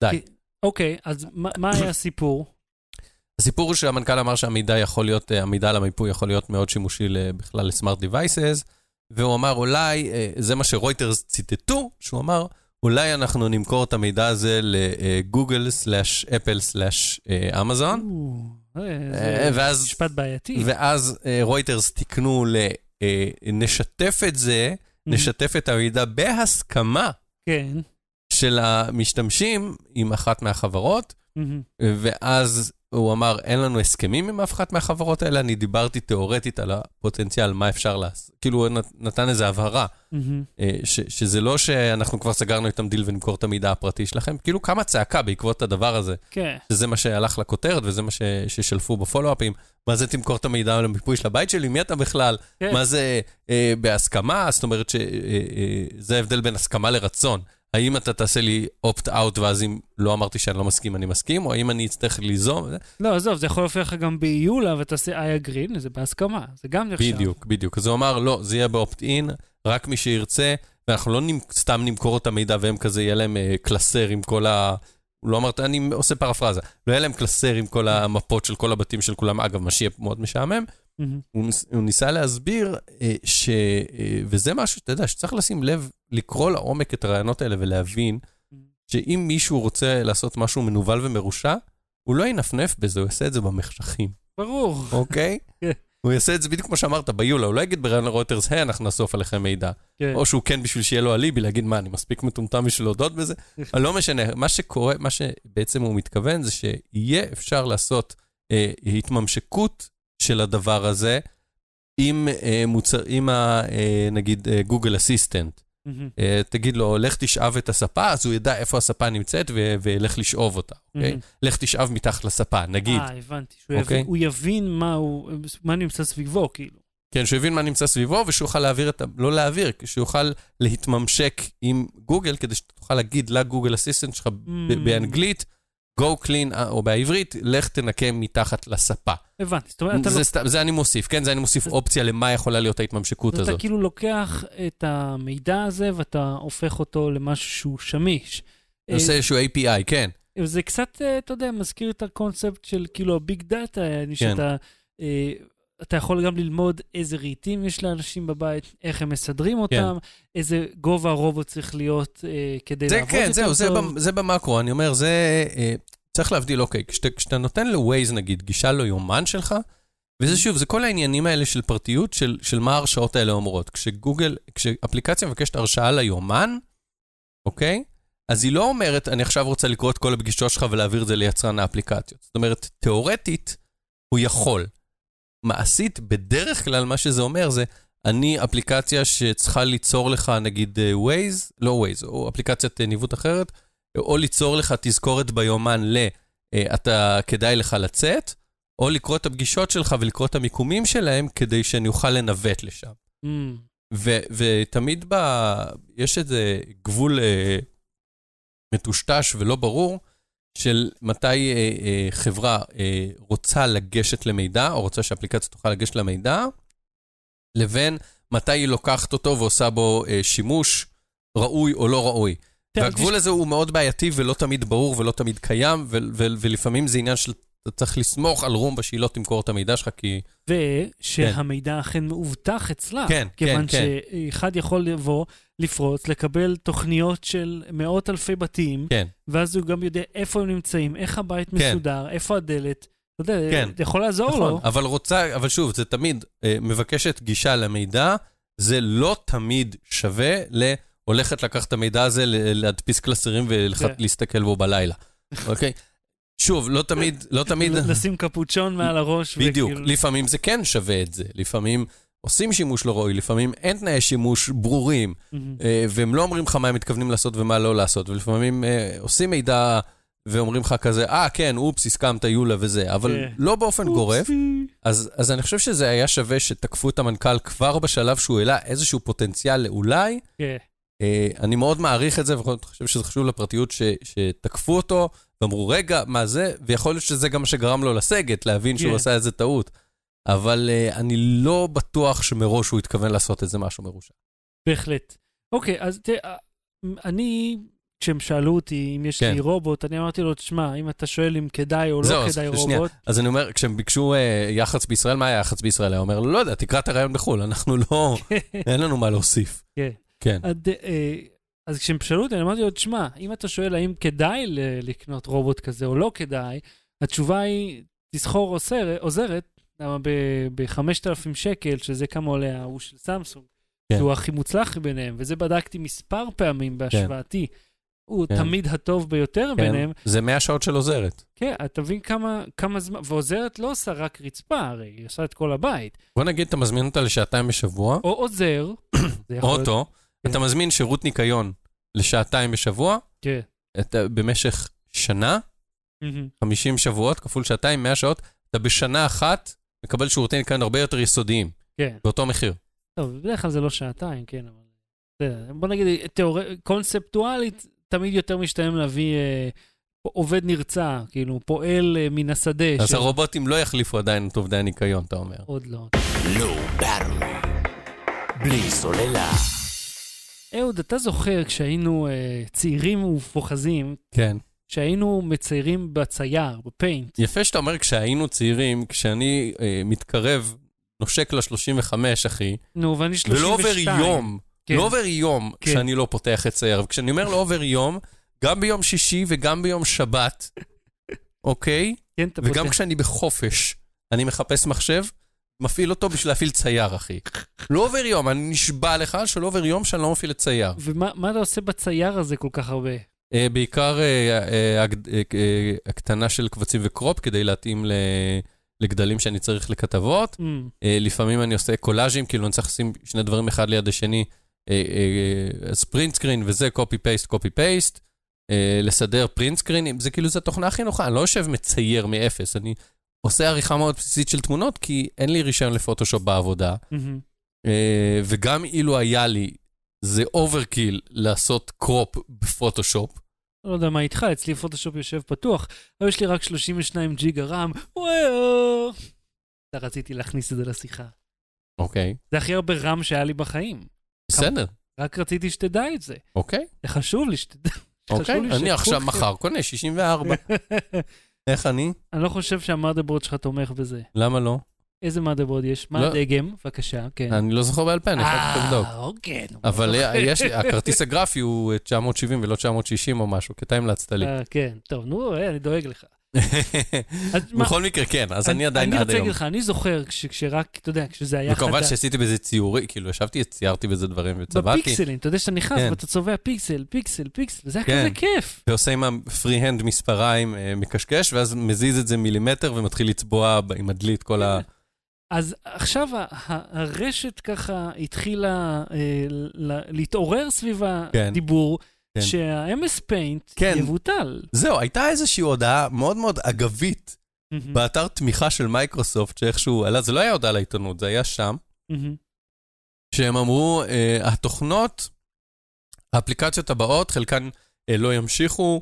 די. אוקיי, אז מה מה היה הסיפור? הסיפור הוא שהמנכ"ל אמר שהמידע יכול להיות, אה, המידע על המיפוי יכול להיות מאוד שימושי ל- בכלל לסמארט דיווייסס, והוא אמר אולי, אה, זה מה שרויטרס ציטטו, שהוא אמר, אולי אנחנו נמכור את המידע הזה אה, לגוגל סלאש אפל סלאש Mm. אמזון, או, אה, נכון. זה אה, ואז משפט בעייתי. ואז אה, רויטרס תיקנו ל... אה, נשתף את זה, נשתף את המידע בהסכמה כן. של המשתמשים עם אחת מהחברות, מהמם. ואז הוא אמר, אין לנו הסכמים עם אף אחת מהחברות האלה, אני דיברתי תיאורטית על הפוטנציאל, מה אפשר לעשות. כאילו, הוא נת- נתן איזו הבהרה, מהמם. אה, ש- שזה לא שאנחנו כבר סגרנו איתם דיל ונמכור את המידע הפרטי שלכם, כאילו קמה צעקה בעקבות הדבר הזה. כן. שזה מה שהלך לכותרת וזה מה ש... ששלפו בפולו-אפים. מה זה תמכור את המידע על המיפוי של הבית שלי? מי אתה בכלל? כן. מה זה אה, בהסכמה? זאת אומרת שזה אה, אה, זה ההבדל בין הסכמה לרצון. האם אתה תעשה לי opt-out ואז אם לא אמרתי שאני לא מסכים, אני מסכים? או האם אני אצטרך ליזום? לא, עזוב, זה יכול להופיע לך גם באיולה ותעשה איה גרין, זה בהסכמה, זה גם נחשב. בדיוק, בדיוק. אז הוא אמר, לא, זה יהיה ב-opt-in, רק מי שירצה, ואנחנו לא נמ- סתם נמכור את המידע והם כזה, יהיה להם אה, קלסר עם כל ה... הוא לא אמרת, אני עושה פרפרזה. לא יהיה להם קלסר עם כל המפות של כל הבתים של כולם, אגב, מה שיהיה מאוד משעמם. מהמם. הוא, ניס- הוא ניסה להסביר, אה, ש, אה, וזה משהו שאתה יודע, שצריך לשים לב, לקרוא לעומק את הרעיונות האלה ולהבין שאם מישהו רוצה לעשות משהו מנוול ומרושע, הוא לא ינפנף בזה, הוא יעשה את זה במחשכים, ברור. אוקיי? כן. הוא יעשה את זה בדיוק כמו שאמרת, ביולה, הוא לא יגיד בראיון לרויטרס, היי, אנחנו נאסוף עליכם מידע. כן. או שהוא כן בשביל שיהיה לו אליבי, להגיד, מה, אני מספיק מטומטם בשביל להודות בזה? לא משנה, מה שקורה, מה שבעצם הוא מתכוון זה שיהיה אפשר לעשות אה, התממשקות של הדבר הזה עם, אה, מוצר, עם ה, אה, נגיד, אה, גוגל אסיסטנט. מהמם, אה, תגיד לו, לך תשאב את הספה, אז הוא ידע איפה הספה נמצאת ו- וילך לשאוב אותה, אוקיי? מהמם. לך תשאב מתחת לספה, נגיד. Mm-hmm. אה, הבנתי. שהוא יבין- אוקיי. הוא יבין מה הוא, מה נמצא סביבו, כאילו. כן, שהוא יבין מה נמצא סביבו ושהוא יוכל להעביר את ה... לא להעביר, שהוא יוכל להתממשק עם גוגל כדי שאתה תוכל להגיד לגוגל אסיסטנט שלך Mm. ב- באנגלית, go clean, אה, או בעברית, לך תנקה מתחת לספה. הבנתי. זאת אומרת, אתה לא- זה, לוק- סתם- זה אני מוסיף, כן? זה אני מוסיף אופציה למה יכולה להיות ההתממשקות אתה הזאת. כאילו לוקח את המידע הזה ואתה הופך אותו למשהו שהוא שמיש. אה, עושה איזשהו API, כן. זה קצת, אה, אתה יודע, מזכיר את הקונספט של כאילו הביג דאטה, כן. שאתה אה, אתה יכול גם ללמוד איזה רהיטים יש לאנשים בבית, איך הם מסדרים כן. אותם, איזה גובה הרובוט צריך להיות אה, כדי זה לעבוד כן, יותר זהו, זה, טוב. במ- זה במקרו, אני אומר, זה... אה, צריך להבדיל, אוקיי, כשאתה, כשאתה נותן לווייז, נגיד, גישה ליומן שלך, וזה שוב, זה כל העניינים האלה של פרטיות, של, של מה ההרשאות האלה אומרות. כשגוגל, כשאפליקציה מבקשת הרשאה ליומן, אוקיי? אז היא לא אומרת, אני עכשיו רוצה לקרוא את כל הפגישות שלך ולהעביר את זה ליצרן האפליקציות. זאת אומרת, תיאורטית, הוא יכול. מעשית, בדרך כלל מה שזה אומר זה, אני אפליקציה שצריכה ליצור לך, נגיד, אה, Waze, לא Waze, או אפליקציית אה, ניווט אחרת, או ליצור לך תזכורת ביומן ל... אה, אתה, כדאי לך לצאת, או לקרוא את הפגישות שלך ולקרוא את המיקומים שלהם כדי שאני אוכל לנווט לשם. Mm, ו, ותמיד ב... יש איזה גבול אה, מטושטש ולא ברור של מתי אה, אה, חברה אה, רוצה לגשת למידע, או רוצה שהאפליקציה תוכל לגשת למידע, לבין מתי היא לוקחת אותו ועושה בו אה, שימוש ראוי או לא ראוי. תראה, והגבול הזה הוא מאוד בעייתי ולא תמיד ברור ולא תמיד קיים, ו- ו- ולפעמים זה עניין של... אתה צריך לסמוך על רומבה שהיא לא תמכור את המידע שלך, כי... ושהמידע אכן מאובטח אצלה. כן, כיוון כן, כן. שאחד יכול לבוא, לפרוץ, לקבל תוכניות של מאות אלפי בתים, כן. ואז הוא גם יודע איפה הם נמצאים, איך הבית מסודר, איפה הדלת. אתה יודע, כן. זה יכול לעזור נכון, לו. אבל רוצה, אבל שוב, זה תמיד, אה, מבקשת גישה למידע, זה לא תמיד שווה ל... הולכת לקחת את המידע הזה, ל- להדפיס קלסרים כן. ולהסתכל בו בלילה, אוקיי? שוב, לא תמיד, לא תמיד... ל- לשים קפוצ'ון מעל הראש. בדיוק, וכאילו- לפעמים זה כן שווה את זה, לפעמים עושים שימוש לא ראוי, לפעמים אין תנאי שימוש ברורים, מהמם. אה, והם לא אומרים לך מה הם מתכוונים לעשות ומה לא לעשות, ולפעמים אה, עושים מידע ואומרים לך כזה, אה, כן, אופס, הסכמת, יולה וזה, אבל כן. לא באופן גורף. אופסי. אז, אז אני חושב שזה היה שווה שתקפו את המנכ"ל כבר בשלב שהוא העלה איזשהו פוטנציאל לאולי. כן. אה, אני מאוד מעריך את זה, ואני חושב שזה חשוב לפרטיות ש, שתקפו אותו, ואמרו, רגע, מה זה? ויכול להיות שזה גם מה שגרם לו לסגת, להבין שהוא כן. עשה איזה טעות. אבל אה, אני לא בטוח שמראש הוא התכוון לעשות איזה משהו מרושע. בהחלט. אוקיי, אז תראה, אני, כשהם שאלו אותי אם יש כן. לי רובוט, אני אמרתי לו, תשמע, אם אתה שואל אם כדאי או זהו, לא אז כדאי שנייה. רובוט, אז אני אומר, כשהם ביקשו אה, יח"צ בישראל, מה היה יח"צ בישראל? היה אומר, לא יודע, תקרא את הרעיון בחו"ל, אנחנו לא, אין לנו מה להוסיף. כן. כן. עד, אה, אז כשהם שאלו אותי, אני אמרתי לו, תשמע, אם אתה שואל האם כדאי ל- לקנות רובוט כזה או לא כדאי, התשובה היא, תסחור עוזר- עוזרת, למה ב-5,000 שקל, שזה כמה עולה ההוא של סמסונג, כן. שהוא הכי מוצלח ביניהם, וזה בדקתי מספר פעמים בהשוואתי. הוא כן. תמיד הטוב ביותר כן. ביניהם. זה 100 שעות של עוזרת. כן, אתה מבין כמה, כמה זמן, ועוזרת לא עושה רק רצפה, הרי היא עושה את כל הבית. בוא נגיד, אתה מזמין אותה לשעתיים בשבוע, או עוזר, זה יכול להיות- אוטו, כן. אתה מזמין שירות ניקיון לשעתיים בשבוע, כן. אתה במשך שנה, מהמם. 50 שבועות, כפול שעתיים, 100 שעות, אתה בשנה אחת מקבל שירותי ניקיון הרבה יותר יסודיים, כן. באותו מחיר. טוב, בדרך כלל זה לא שעתיים, כן, אבל... בסדר, בוא נגיד, תיאור... קונספטואלית, תמיד יותר משתלם להביא אה, עובד נרצע, כאילו, פועל אה, מן השדה. אז ש- הרובוטים לא יחליפו עדיין את עובדי הניקיון, אתה אומר. עוד לא. לא ברור. בלי סוללה. אהוד, אתה זוכר כשהיינו אה, צעירים ופוחזים, כן. שהיינו מציירים בצייר, בפיינט. יפה שאתה אומר כשהיינו צעירים, כשאני אה, מתקרב, נושק ל-35, אחי, נו, ואני 32. ולא עובר יום כן. לא עובר יום כן. שאני לא פותח את צייר. וכשאני אומר לא עובר יום, גם ביום שישי וגם ביום שבת, אוקיי? כן, אתה וגם פותח. כשאני בחופש, אני מחפש מחשב, מפעיל אותו בשביל להפעיל צייר, אחי. לא עובר יום, אני נשבע לך שלא עובר יום שאני לא מפעיל את צייר. ומה מה אתה עושה בצייר הזה כל כך הרבה? אה, בעיקר אה, אה, הג- אה, אה, הקטנה של קבצים וקרופ כדי להתאים ל- לגדלים שאני צריך לכתבות. אמ, אה, לפעמים אני עושה קולאז'ים, כאילו אני צריך לשים שני דברים אחד ליד השני, אה, אה, אז פרינט סקרין וזה קופי פייסט, קופי פייסט, אה, לסדר פרינט סקרינים, זה כאילו, זו התוכנה הכי נוחה, אני לא יושב מצייר מאפס, אני עושה עריכה מאוד בסיסית של תמונות, כי אין לי רישיון לפוטושופ בעבודה, אמ. אה, וגם אילו היה לי, זה אוברקיל לעשות קרופ בפוטושופ. לא יודע מה איתך, אצלי פוטושופ יושב פתוח, אבל יש לי רק 32 ג'יגה רם, וואו. אתה רציתי להכניס את זה לשיחה. אוקיי, זה הכי הרבה רם שהיה לי בחיים. בסדר, רק רציתי שתדע את זה. אוקיי, זה חשוב לי שתדע. אוקיי, לי כן. אני שפוקס- עכשיו מחר קונה 64. איך אני? אני לא חושב שהמאדרבורד שלך תומך בזה. למה לא? איזה מאדרבורד יש? מה לא. הדגם? בבקשה, כן. אני לא זוכר בעל פה, אני חייב לבדוק. אה, אוקיי. נו, אוקיי. אבל אה, זוכר. יש לי, הכרטיס הגרפי הוא 970 ולא 960 או משהו, כי אתה המלצת לי. אה, כן, טוב, נו, אה, אני דואג לך. אז מה- בכל מקרה, כן, אז אני עדיין אני עד רוצה היום. להגיד לך, אני זוכר כש- כשרק, אתה יודע, כשזה היה וכמובן חדש. שעשיתי בזה ציורי, כאילו ישבתי, ציירתי בזה דברים וצבעתי, בפיקסלים, אתה יודע שאתה נכנס כן. ואתה צובע פיקסל, פיקסל, פיקסל, זה היה כן. כזה כיף. ועושה עם הפרי-הנד מספריים אה, מקשקש, ואז מזיז את זה מילימטר ומתחיל לצבוע ב- עם הדלי את כל ה... אז עכשיו ה- ה- הרשת ככה התחילה אה, ל- להתעורר סביב הדיבור, כן. שה-MS Paint כן. יבוטל. זהו, הייתה איזושהי הודעה מאוד מאוד אגבית Mm. מהמם, באתר תמיכה של מייקרוסופט, שאיכשהו עלה, זה לא היה הודעה לעיתונות, זה היה שם. מהמם. שהם אמרו, אה, התוכנות, האפליקציות הבאות, חלקן אה, לא ימשיכו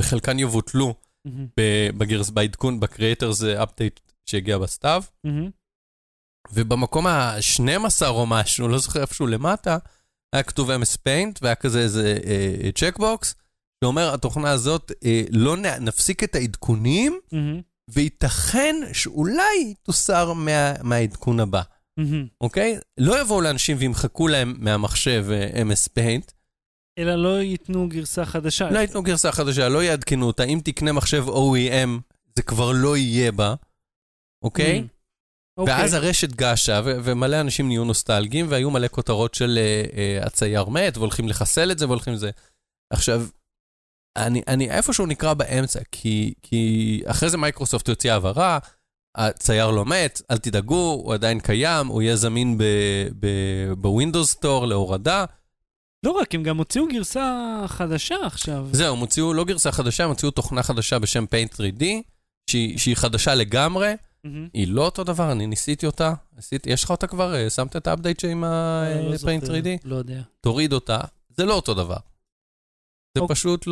וחלקן יבוטלו מהמם, ב- בגרס, בעדכון, בקריאטרס אפדייט שהגיע בסתיו. מהמם. ובמקום ה-12 או משהו, לא זוכר איפשהו למטה, היה כתוב MS Paint והיה כזה איזה אה, צ'קבוקס, שאומר, התוכנה הזאת, אה, לא נ- נפסיק את העדכונים, מהמם, וייתכן שאולי תוסר מה, מהעדכון הבא. מהמם. אוקיי? לא יבואו לאנשים וימחקו להם מהמחשב אה, MS Paint, אלא לא ייתנו גרסה חדשה. לא ייתנו גרסה חדשה, לא יעדכנו אותה. אם תקנה מחשב OEM, זה כבר לא יהיה בה, אוקיי? מהמם. אוקיי. ואז הרשת געשה, ו- ומלא אנשים נהיו נוסטלגיים, והיו מלא כותרות של אה, אה, הצייר מת, והולכים לחסל את זה, והולכים לזה. עכשיו, אני, אני איפשהו נקרע באמצע, כי, כי אחרי זה מייקרוסופט יוציאה הבהרה, הצייר לא מת, אל תדאגו, הוא עדיין קיים, הוא יהיה זמין בווינדוס סטור להורדה. לא רק, הם גם הוציאו גרסה חדשה עכשיו. זהו, הם הוציאו לא גרסה חדשה, הם הוציאו תוכנה חדשה בשם Paint 3D, שהיא, שהיא חדשה לגמרי. מהמם. היא לא אותו דבר, אני ניסיתי אותה. עשיתי, יש לך אותה כבר? אה, שמת את האפדייט עם אה, לא ה-Paint זוכר, 3D? לא יודע. תוריד אותה, זה לא אותו דבר. זה אוקיי. פשוט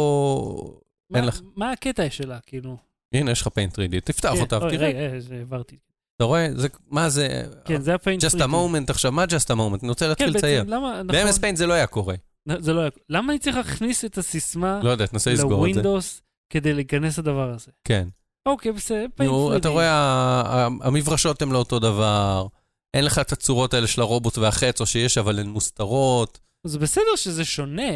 לא... אין מה- לך. מה הקטע שלה, כאילו? הנה, יש לך Paint 3D, תפתח כן, אותה, אוי, תראה. רגע, אה, זה העברתי. אתה רואה? זה- מה זה? כן, זה הפיינט just a moment עכשיו, מה just a moment? אני רוצה להתחיל לצייר. למה, כן, נכון, ב-MS Paint זה לא היה קורה. נ- זה לא היה... למה אני צריך להכניס את הסיסמה לא יודע, תנסה לסגור את זה. לווינדוס כדי להיכנס לדבר הזה? כן. אוקיי, בסדר, פיינט נו, פרידי. אתה רואה, ה- ה- המברשות הן לא אותו דבר. אין לך את הצורות האלה של הרובוט והחץ, או שיש, אבל הן מוסתרות. זה בסדר שזה שונה,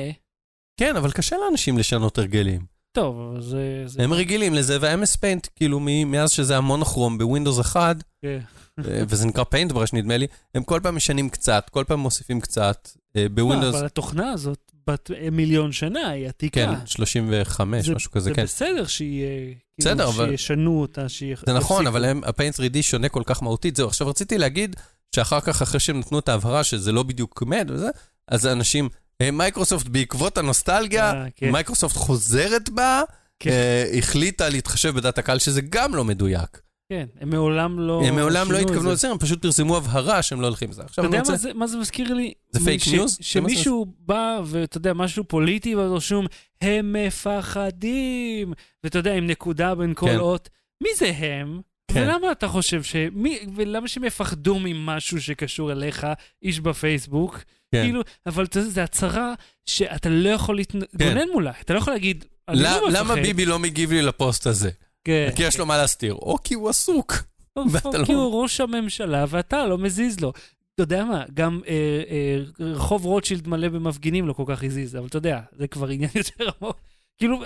כן, אבל קשה לאנשים לשנות הרגלים. טוב, אבל זה... זה- הם רגילים לזה, וה-MS Paint, כאילו, מ- מאז שזה המונוכרום בווינדוס 1, כן. אה, וזה נקרא פיינטברש נדמה לי, הם כל פעם משנים קצת, כל פעם מוסיפים קצת. אה, בווינדוס, אבל התוכנה הזאת בת מיליון שנה, היא עתיקה. כן, 35, אה. זה- משהו כזה, זה כן. בסדר שהיא... אה, כאילו, בסדר, אבל- שישנו אותה, שהיא... זה נכון, אבל הם- הפיינט 3D שונה כל כך מהותית. זהו, עכשיו רציתי להגיד שאחר כך, אחרי שהם נתנו את ההבהרה שזה לא בדיוק מת וזה, אז אנשים, אה, מייקרוסופט בעקבות הנוסטלגיה, מייקרוסופט חוזרת בה, אה, כן. אה, החליטה להתחשב בדעת הקהל, שזה גם לא מדויק. כן, הם מעולם לא... הם מעולם שינו לא את התכוונו זה. לזה, הם פשוט פרסמו הבהרה שהם לא הולכים לזה. עכשיו אתה אני יודע מה רוצה... זה, מה זה מזכיר לי? זה פייק ש- ניוז? שמישהו בא, ואתה יודע, משהו פוליטי, ואז רשום, הם מפחדים, ואתה יודע, עם נקודה בין כל כן. אות. מי זה הם? כן. ולמה אתה חושב ש... מי... ולמה שהם יפחדו ממשהו שקשור אליך, איש בפייסבוק? כן. כאילו, אבל אתה יודע, זו הצהרה שאתה לא יכול להתגונן מולה. אתה לא יכול להגיד, אני כן. ל- לא מפחד. למה ביבי לא מגיב לי לפוסט הזה? כן. כי יש לו מה להסתיר, או כי הוא עסוק. או ואתה לא- כי הוא ראש הממשלה ואתה לא מזיז לו. אתה יודע מה, גם אה, אה, רחוב רוטשילד מלא במפגינים לא כל כך הזיז, אבל אתה יודע, זה כבר עניין יותר עמוק. כאילו,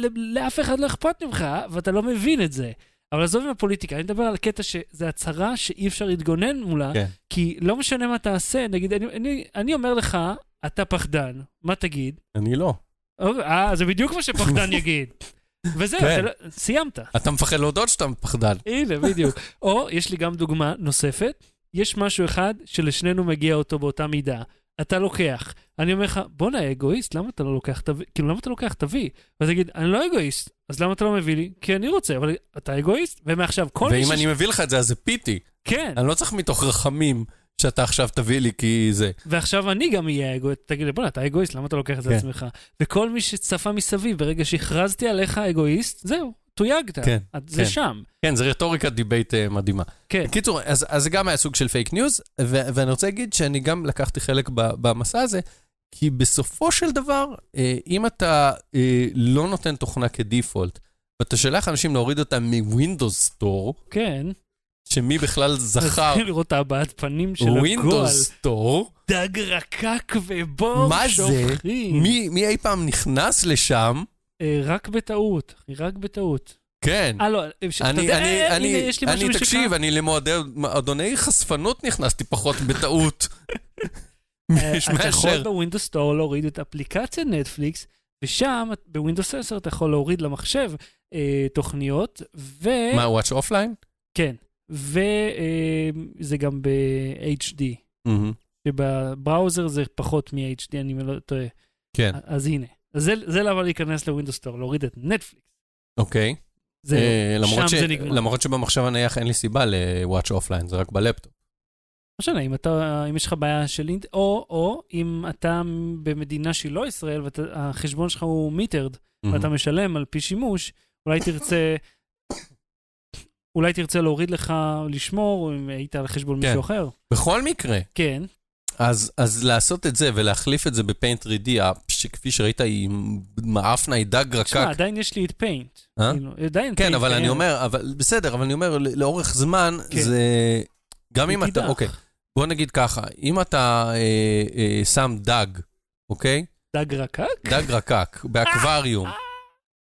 ל- לאף אחד לא אכפת ממך, ואתה לא מבין את זה. אבל עזוב עם הפוליטיקה, אני מדבר על קטע שזה הצהרה שאי אפשר להתגונן מולה, כן. כי לא משנה מה תעשה, נגיד, אני, אני, אני אומר לך, אתה פחדן, מה תגיד? אני לא. אוקיי, אה, זה בדיוק מה שפחדן יגיד. וזהו, כן. אתה לא- סיימת. אתה מפחד להודות שאתה פחדן. הנה, בדיוק. או, יש לי גם דוגמה נוספת, יש משהו אחד שלשנינו מגיע אותו באותה מידה. אתה לוקח. אני אומר לך, בואנה, אגואיסט, למה אתה לא לוקח? תביא, כאילו, למה אתה לוקח? תביא. ואתה תגיד, אני לא אגואיסט, אז למה אתה לא מביא לי? כי אני רוצה, אבל אתה אגואיסט, ומעכשיו כל מי ואם אני מביא לך את זה, אז זה פיתי. כן, אני לא צריך מתוך רחמים שאתה עכשיו תביא לי כי זה. ועכשיו אני גם אהיה אגואיסט. תגיד לי, בואנה, אתה אגואיסט, למה אתה לוקח את זה כן. לעצמך? וכל מי שצפה מסביב, ברגע שהכרזתי עליך אגואיסט, זהו, תויגת. כן, את- זה כן. שם. כן, זה רטוריקת דיבייט אה, מדהימה. כן. בקיצור, אז, אז זה גם היה סוג של פייק ניוז, ו- ואני רוצה להגיד שאני גם לקחתי חלק ב- במסע הזה, כי בסופו של דבר, אה, אם אתה אה, לא נותן תוכנה כדיפולט, ואתה שולח אנשים להוריד אותה מווינדוס סטור, כן. שמי בכלל זכר רציתי לראות את הבעת פנים של הגועל. ווינדוס סטור, דג רקק ובור מה זה? שופכים. מי, מי אי פעם נכנס לשם, אה, רק בטעות, אחי, רק בטעות. כן. אה, לא, ש- אתה אני, יודע, אני, אה, הנה, אני, יש לי משהו אני, בשבילך. תקשיב, אני למועדוני חשפנות נכנסתי פחות בטעות. אה, יש אתה יכול מאשר. בווינדוס סטור להוריד את אפליקציה נטפליקס, ושם, את- בווינדוס 10 אתה יכול להוריד למחשב אה, תוכניות, ו... מה, וואץ' אופליין? כן. וזה גם ב-HD, שבבראוזר זה פחות מ-HD, אני לא טועה. כן. אז הנה. אז זה- זה למה להיכנס לווינדוס סטור, להוריד את נטפליקס. אוקיי. זהו, אה, שם למרות ש- זה נגמר. למרות שבמחשב הנייח אין לי סיבה ל-Watch Offline, זה רק בלפטופ. לא משנה, אם אתה, אם יש לך בעיה של אינט, או, או אם אתה במדינה שהיא לא ישראל והחשבון שלך הוא מיטרד, ואתה משלם על פי שימוש, אולי תרצה, אולי תרצה להוריד לך, לשמור, אם היית על חשבון כן. מישהו אחר. בכל מקרה, כן, אז, אז לעשות את זה ולהחליף את זה בפיינט 3D, הפ- שכפי שראית היא מעפנה, היא דג תשמע, רקק. עדיין יש לי את פיינט. אה? כאילו, עדיין כן, Paint אבל אני קיים. אומר, אבל בסדר, אבל אני אומר, ל- לאורך זמן, כן. זה... גם היא אם אתה... תדעך. אוקיי, בוא נגיד ככה, אם אתה אה, אה, שם דג, אוקיי? דג רקק? דג רקק, באקווריום,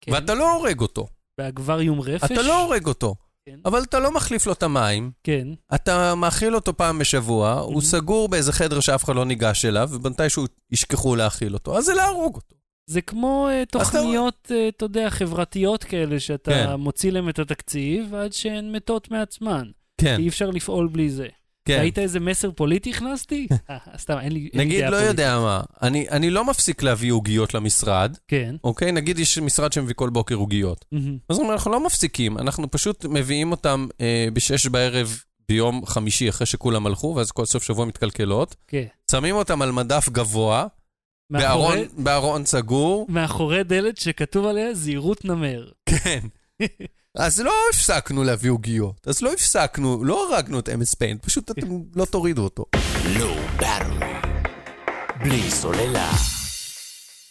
כן. ואתה לא הורג אותו. באקווריום רפש? אתה לא הורג אותו, כן. אבל אתה לא מחליף לו את המים. כן, אתה מאכיל אותו פעם בשבוע, הוא Mm-hmm. סגור באיזה חדר שאף אחד לא ניגש אליו, ומתישהו ישכחו להאכיל אותו, אז זה להרוג אותו. זה כמו אה, תוכניות, אה, אתה יודע, חברתיות כאלה, שאתה כן. מוציא להם את התקציב עד שהן מתות מעצמן. כן, כי אי אפשר לפעול בלי זה. כן. ראית איזה מסר פוליטי הכנסתי? אה, סתם, אין לי אין לי נגיד, דעה לא פוליטית. יודע מה, אני, אני לא מפסיק להביא עוגיות למשרד, כן. אוקיי? נגיד יש משרד שמביא כל בוקר עוגיות. מהמם. אז אומרים, אנחנו לא מפסיקים, אנחנו פשוט מביאים אותם אה, בשש בערב ביום חמישי, אחרי שכולם הלכו, ואז כל סוף שבוע מתקלקלות. כן. שמים אותם על מדף גבוה, בארון, מאחורי- בארון סגור. מאחורי דלת שכתוב עליה זהירות נמר. כן. אז לא הפסקנו להביא עוגיות, אז לא הפסקנו, לא הרגנו את אמס פיינט, פשוט אתם לא תורידו אותו. לואו לא ברור. בלי סוללה.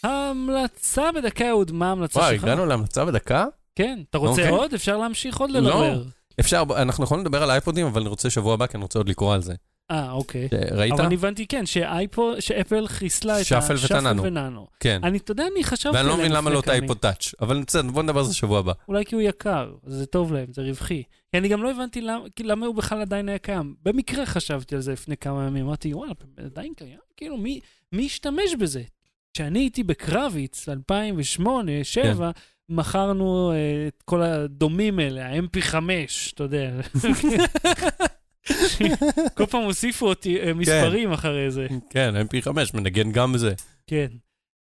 ההמלצה בדקה, אהוד, מה ההמלצה וואי, שלך? הגענו להמלצה בדקה? כן, אתה רוצה אוקיי. עוד? אפשר להמשיך עוד לא. לדבר. אפשר, אנחנו יכולים לדבר על האייפודים, אבל אני רוצה שבוע הבא, כי אני רוצה עוד לקרוא על זה. אה, אוקיי. ראית? אבל אני הבנתי, כן, שאייפו- שאפל חיסלה את שפל וננו. ונאנו. כן. אני, אתה יודע, אני חשבתי ואני עליהם לא מבין למה לפני לא את כמה האייפוד טאץ', אבל בסדר, בוא נדבר על זה שבוע הבא. אולי כי הוא יקר, אז זה טוב להם, זה רווחי. כי אני גם לא הבנתי למה, כי למה הוא בכלל עדיין היה קיים. במקרה חשבתי על זה לפני כמה ימים, אמרתי, וואלה, עדיין קיים? כאילו, מי, מי השתמש בזה? כשאני הייתי בקרביץ, 2008, 2007, מכרנו אה, את כל הדומים האלה, ה-MP5, אתה יודע. כל פעם הוסיפו אותי אה, מספרים אחרי זה. כן, mp5 מנגן גם בזה. כן.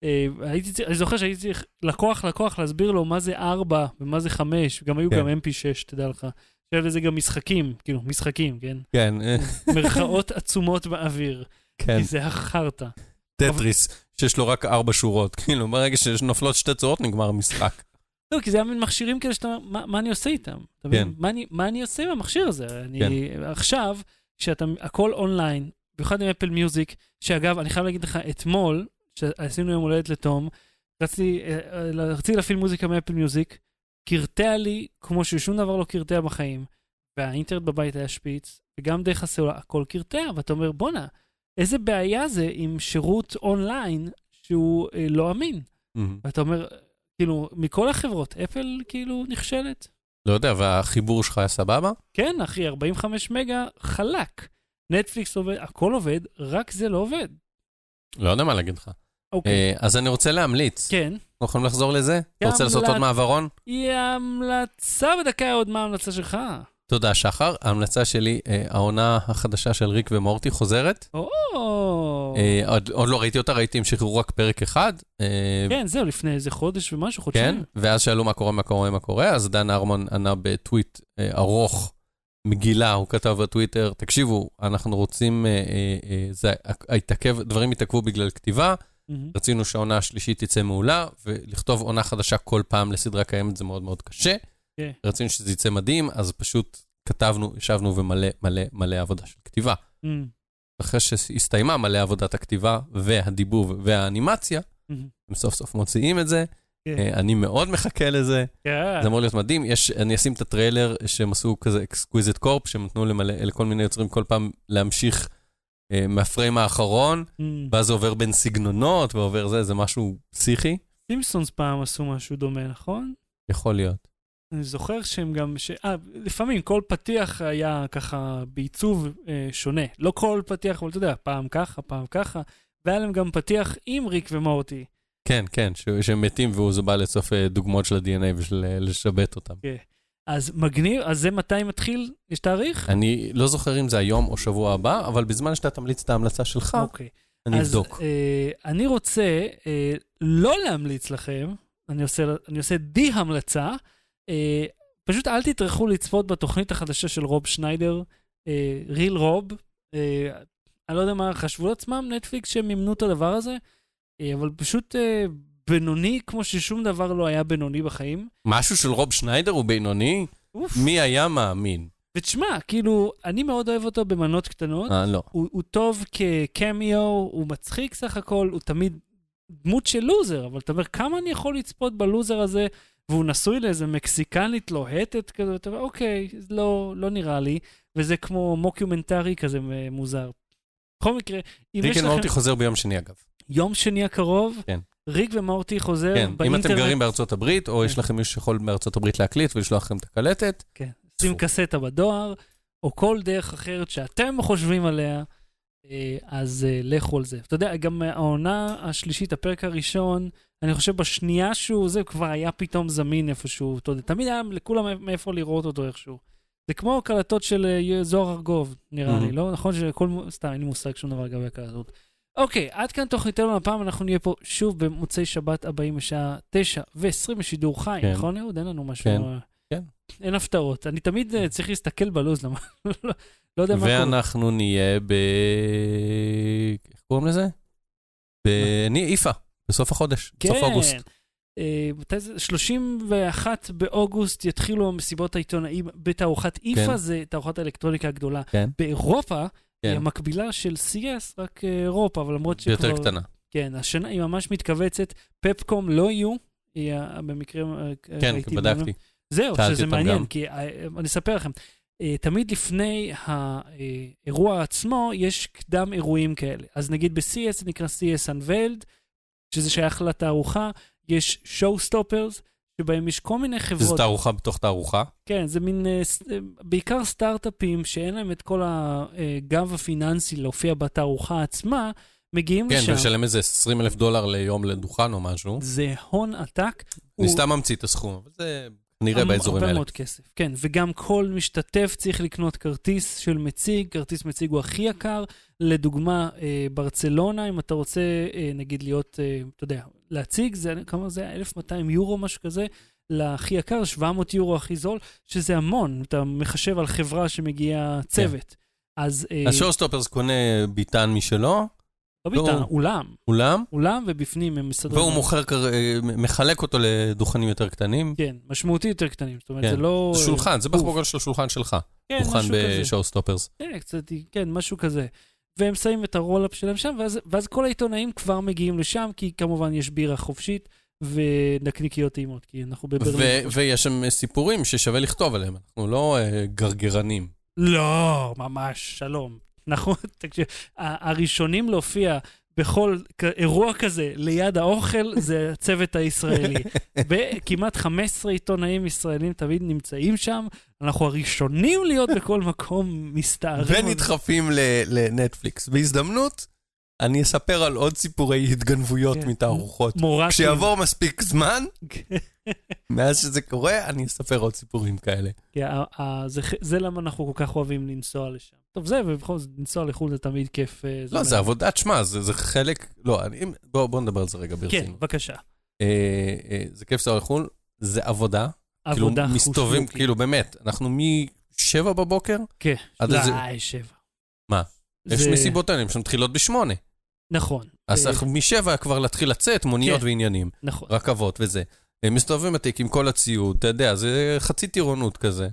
אה, הייתי צריך, אני זוכר שהייתי צריך לקוח לקוח להסביר לו מה זה 4 ומה זה 5, גם היו כן. גם mp6, תדע לך. היה לזה גם משחקים, כאילו, משחקים, כן? כן, אה, מרכאות עצומות באוויר, כן, כי זה החרטא. טטריס, שיש לו רק ארבע שורות. כאילו, ברגע שנופלות שתי צורות נגמר המשחק. לא, כי זה היה מין מכשירים כאלה שאתה אומר, "מה- מה אני עושה איתם? אתה מבין? כן. מה אני- מה אני עושה עם המכשיר הזה? אני, עכשיו, כשאתה, הכל אונליין, במיוחד עם אפל מיוזיק, שאגב, אני חייב להגיד לך, אתמול, שעשינו יום הולדת לתום, רציתי, אה, אה, רציתי להפעיל מוזיקה מאפל מיוזיק, קרטע לי כמו ששום דבר לא קרטע בחיים, והאינטרנט בבית היה שפיץ, וגם דרך הסלולר, הכל קרטע, ואתה אומר, בואנה, איזה בעיה זה עם שירות אונליין שהוא אה, לא אמין? ואתה אומר, כאילו, מכל החברות, אפל כאילו נכשלת. לא יודע, והחיבור שלך היה סבבה? כן, אחי, 45 מגה, חלק. נטפליקס עובד, הכל עובד, רק זה לא עובד. לא יודע מה להגיד לך. אוקיי. אה, אז אני רוצה להמליץ. כן. אנחנו יכולים לחזור לזה? אתה רוצה לעשות יאללה. עוד מעברון? היא ההמלצה בדקה עוד מה ההמלצה שלך. תודה, שחר. ההמלצה שלי, אה, העונה החדשה של ריק ומורטי חוזרת. או... אה, עוד- עוד לא ראיתי אותה, ראיתי, הם שחררו רק פרק אחד. אה, כן, זהו, לפני איזה חודש ומשהו, כן, חודשיים. ואז שאלו מה קורה, מה קורה, מה קורה, אז דן ארמון ענה בטוויט אה, ארוך, מגילה, הוא כתב בטוויטר, תקשיבו, אנחנו רוצים, אה, אה, אה, זה התעכב, דברים התעכבו בגלל כתיבה, מהמם. רצינו שהעונה השלישית תצא מעולה, ולכתוב עונה חדשה כל פעם לסדרה קיימת זה מאוד מאוד קשה. כן. רצינו שזה יצא מדהים, אז פשוט כתבנו, ישבנו ומלא מלא מלא עבודה של כתיבה. מהמם. אחרי שהסתיימה מלא עבודת הכתיבה והדיבוב והאנימציה, מהמם. הם סוף סוף מוציאים את זה. כן. אה, אני מאוד מחכה לזה, כן. זה אמור להיות מדהים. יש, אני אשים את הטריילר שהם עשו כזה אקסקוויזיט קורפ, שהם נתנו למלא, לכל מיני יוצרים כל פעם להמשיך אה, מהפריים האחרון, מהמם. ואז זה עובר בין סגנונות ועובר זה, זה משהו פסיכי. סימפסונס פעם עשו משהו דומה, נכון? יכול להיות. אני זוכר שהם גם... ש- אה, לפעמים כל פתיח היה ככה בעיצוב אה, שונה. לא כל פתיח, אבל אתה יודע, פעם ככה, פעם ככה. והיה להם גם פתיח עם ריק ומורטי. כן, כן, ש- שהם מתים והוא זה בא לאסוף אה, דוגמאות של ה-DNA בשביל אה, לשבת אותם. אז מגניב, אז זה מתי מתחיל? יש תאריך? אני לא זוכר אם זה היום או שבוע הבא, אבל בזמן שאתה תמליץ את ההמלצה שלך, אוקיי. אני אז, אבדוק. אה, אני רוצה אה, לא להמליץ לכם, אני עושה, אני עושה די המלצה, אה, פשוט אל תטרחו לצפות בתוכנית החדשה של רוב שניידר, אה, ריל רוב. אה, אני לא יודע מה חשבו לעצמם, נטפליקס, שהם מימנו את הדבר הזה, אה, אבל פשוט אה, בינוני, כמו ששום דבר לא היה בינוני בחיים. משהו של רוב שניידר הוא בינוני? אוף. מי היה מאמין? ותשמע, כאילו, אני מאוד אוהב אותו במנות קטנות. אה, לא. הוא, הוא טוב כקמיו, הוא מצחיק סך הכל, הוא תמיד דמות של לוזר, אבל אתה אומר, כמה אני יכול לצפות בלוזר הזה, והוא נשוי לאיזה מקסיקנית לוהטת כזו, אתה אומר, אוקיי, זה לא, לא נראה לי, וזה כמו מוקיומנטרי כזה אה, מוזר. בכל מקרה, אם יש ריק לכם אנד מורטי חוזר ביום שני, אגב. יום שני הקרוב, כן. ריק ומורטי חוזר כן, אם באינטרנט, אתם גרים בארצות הברית, או יש כן. לכם מישהו שיכול בארצות הברית להקליט ולשלוח לכם את הקלטת, שים קסטה בדואר, או כל דרך אחרת שאתם חושבים עליה, אה, אז אה, לכו על זה. אתה יודע, גם העונה השלישית, הפרק הראשון, אני חושב בשנייה שהוא זה, כבר היה פתאום זמין איפשהו, אתה יודע, תמיד היה לכולם מאיפה לראות אותו איכשהו. זה כמו קלטות של אה, זוהר ארגוב, נראה לי, Mhm. לא? נכון שכל... סתם, אין לי מושג שום דבר לגבי הקלטות. אוקיי, עד כאן תוכניתנו הפעם, אנחנו נהיה פה שוב במוצאי שבת הבאים בשעה 9 ו-20 בשידור חי, כן. נכון אהוד? אין לנו משהו... כן. כן. כן. אין הפתעות. אני תמיד אה, צריך להסתכל בלו"ז, למה... לא- לא יודע מה קורה. ואנחנו נהיה ב... איך קוראים לזה? בניפה, בסוף החודש, כן, בסוף אוגוסט. אה, מתי זה? 31 באוגוסט יתחילו המסיבות העיתונאים בתערוכת איפה, כן. זה תערוכת האלקטרוניקה הגדולה. כן. באירופה, כן. היא המקבילה של CS, רק אה, אירופה, אבל למרות שכבר... יותר קטנה. כן, השנה היא ממש מתכווצת, פפקום לא יהיו, היא אה, במקרה... אה, כן, ראיתי בנו. בדקתי. זהו, שאלתי שזה אותם מעניין, גם. גם. כי אה, אני אספר לכם, אה, תמיד לפני האירוע עצמו יש קדם אירועים כאלה. אז נגיד ב-CS זה נקרא CS Unveiled, שזה שייך לתערוכה, יש Showstoppers, שבהם יש כל מיני שזו חברות, תערוכה בתוך תערוכה. כן, זה מין, אה, ס- אה, בעיקר סטארט-אפים שאין להם את כל הגב הפיננסי להופיע בתערוכה עצמה, מגיעים כן, לשם. ולשלם איזה 20 אלף דולר ליום לדוכן או משהו. זה הון עתק. אני הוא- סתם ממציא את הסכום, אבל זה נראה המ- באזורים הרבה האלה. מאוד כסף, כן. וגם כל משתתף צריך לקנות כרטיס של מציג, כרטיס מציג הוא הכי יקר. לדוגמה, אה, ברצלונה, אם אתה רוצה, אה, נגיד, להיות, אה, אתה יודע, להציג, זה, כמה זה היה? 1,200 יורו, משהו כזה, להכי יקר, 700 יורו הכי זול, שזה המון, אתה מחשב על חברה שמגיע צוות. אז... אה, השואוסטופרס קונה ביטן משלו, לא ביטה, לא. אולם. אולם, אולם ובפנים הם מסדרים. והוא מוכר, כר- אה, מחלק אותו לדוכנים יותר קטנים. כן, משמעותי יותר קטנים. זאת אומרת, כן. זה לא... זה שולחן, זה גוף. בחבוקה של השולחן שלך. כן, דוכן משהו כזה. בשואוסטופרס. כן, קצת, כן, משהו כזה. והם שמים את הרולאפ שלהם שם, ואז, ואז כל העיתונאים כבר מגיעים לשם, כי כמובן יש בירה חופשית ונקניקיות טעימות, כי אנחנו בברלין. ו- ויש שם סיפורים ששווה לכתוב עליהם, אנחנו לא אה, גרגרנים. לא, ממש, שלום. נכון, תקשיב, ה- הראשונים להופיע בכל כ- אירוע כזה ליד האוכל זה הצוות הישראלי. וכמעט 15 עיתונאים ישראלים תמיד נמצאים שם, אנחנו אה, הראשונים להיות בכל מקום מסתערים. על- ונדחפים ל- לנטפליקס. בהזדמנות, אני אספר על עוד סיפורי התגנבויות כן. מתערוכות. מורה... כשיעבור מספיק זמן, כן. מאז שזה קורה, אני אספר עוד סיפורים כאלה. כן, ה- ה- זה ח- זה למה אנחנו כל כך אוהבים לנסוע לשם. טוב, זה, ובכל זאת, לנסוע לחו"ל זה תמיד כיף. אה, לא, מה- זה עבודת שמע, זה זה חלק... לא, אני- בואו בואו נדבר על זה רגע כן, ברצינות. בבקשה. אה, אה, זה כיף לנסוע לחו"ל, זה עבודה. כאילו, עבודה חושבוקית. מסתובבים, כאילו, באמת, אנחנו משבע בבוקר, כן. עד לא, איזה- אה, שבע. מה? יש זה- מסיבות העניין שמתחילות בשמונה. נכון. אז אה, אנחנו משבע כבר להתחיל לצאת, מוניות כן. ועניינים, נכון. רכבות וזה. הם מסתובבים בתיק עם כל הציוד, אתה יודע, זה חצי טירונות כזה.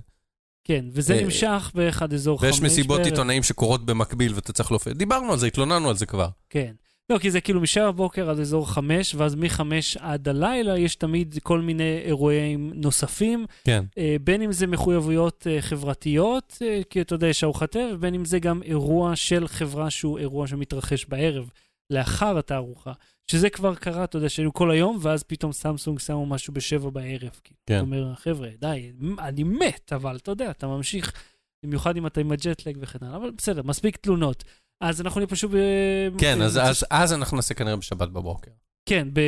כן, וזה אה, נמשך בערך עד אזור חמש ויש בערך. מסיבות עיתונאים שקורות במקביל ואתה צריך להופיע. דיברנו על זה, התלוננו על זה כבר. כן. לא, כי זה כאילו משבע בבוקר עד אזור חמש, ואז מחמש עד הלילה יש תמיד כל מיני אירועים נוספים, כן. אה, בין אם זה מחויבויות אה, חברתיות, אה, כי אתה יודע, יש ארוחת ערב, בין אם זה גם אירוע של חברה שהוא אירוע שמתרחש בערב, לאחר התערוכה. שזה כבר קרה, אתה יודע, שהיו כל היום, ואז פתאום סמסונג שמו משהו בשבע בערב. כאילו. כן. אתה אומר, חבר'ה, די, אני מת, אבל אתה יודע, אתה ממשיך, במיוחד אם אתה עם הג'טלג וכן הלאה, אבל בסדר, מספיק תלונות. אז אנחנו נהיה פשוט ב... כן, אז- ב- אה, אז- אז אנחנו נעשה כנראה בשבת בבוקר, כן, ב...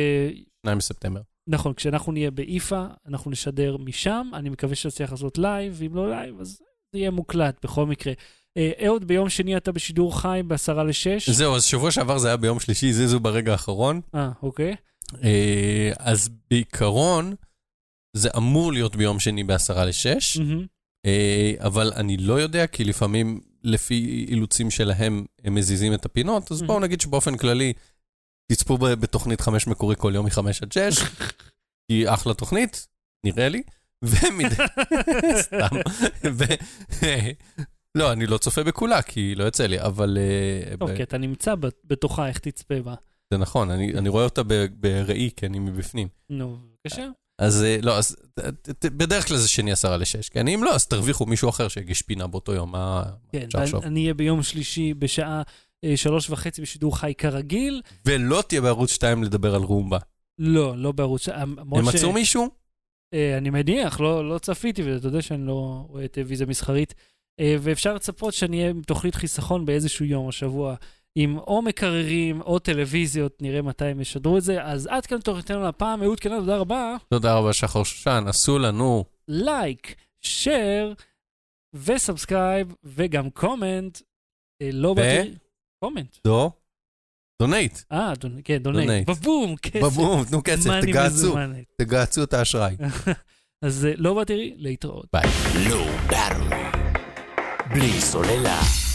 2 בספטמבר. נכון, כשאנחנו נהיה באיפה, אנחנו נשדר משם, אני מקווה שנצליח לעשות לייב, ואם לא לייב, אז זה יהיה מוקלט בכל מקרה. אה, אהוד, ביום שני אתה בשידור חי בעשרה לשש? זהו, אז שבוע שעבר זה היה ביום שלישי, הזיזו ברגע האחרון. אה, אוקיי. אה, אז בעיקרון, זה אמור להיות ביום שני בעשרה לשש, מהמם. אה, אבל אני לא יודע, כי לפעמים, לפי אילוצים שלהם, הם מזיזים את הפינות, אז בואו Mhm. נגיד שבאופן כללי, תצפו ב- בתוכנית חמש מקורי כל יום מחמש עד שש, היא אחלה תוכנית, נראה לי, ומדי... סתם. ו... לא, אני לא צופה בכולה, כי לא יוצא לי, אבל... אה, טוב, כן. ב- כי אוקיי, אתה נמצא ב- בתוכה, איך תצפה בה? זה נכון, אני, אני רואה אותה ב- בראי, כי אני מבפנים. נו, בבקשה. אז אה, לא, אז ת- ת- ת- בדרך כלל זה שני עשרה לשש, כן? אם לא, אז תרוויחו מישהו אחר שיגיש פינה באותו יום, מה מה כן, אפשר לחשוב? ואני- אני אהיה ביום שלישי בשעה אה, שלוש וחצי בשידור חי כרגיל. ולא תהיה בערוץ 2 לדבר על רומבה. לא, לא בערוץ... למרות הם ש- מצאו מישהו? אה, אני מניח, לא, לא צפיתי, ואתה יודע שאני לא רואה טלוויזיה מסחרית. אה, ואפשר לצפות שאני אהיה עם תוכנית חיסכון באיזשהו יום או שבוע, עם או מקררים או טלוויזיות, נראה מתי הם ישדרו את זה. אז עד כאן תוכניתנו לפעם, אהוד קנן, תודה רבה. תודה רבה, שחר שושן, עשו לנו. לייק, שייר וסאבסקרייב, וגם קומנט. אה, לא ו? באתי... קומנט. דו? דונייט. אה, דונ- כן, דונאי. דונייט. בבום, כסף. בבום, תנו כסף, מאני תגהצו, מזומנת. תגהצו את האשראי. אז אה, לא באתי להתראות. Low Battery. בלי סוללה.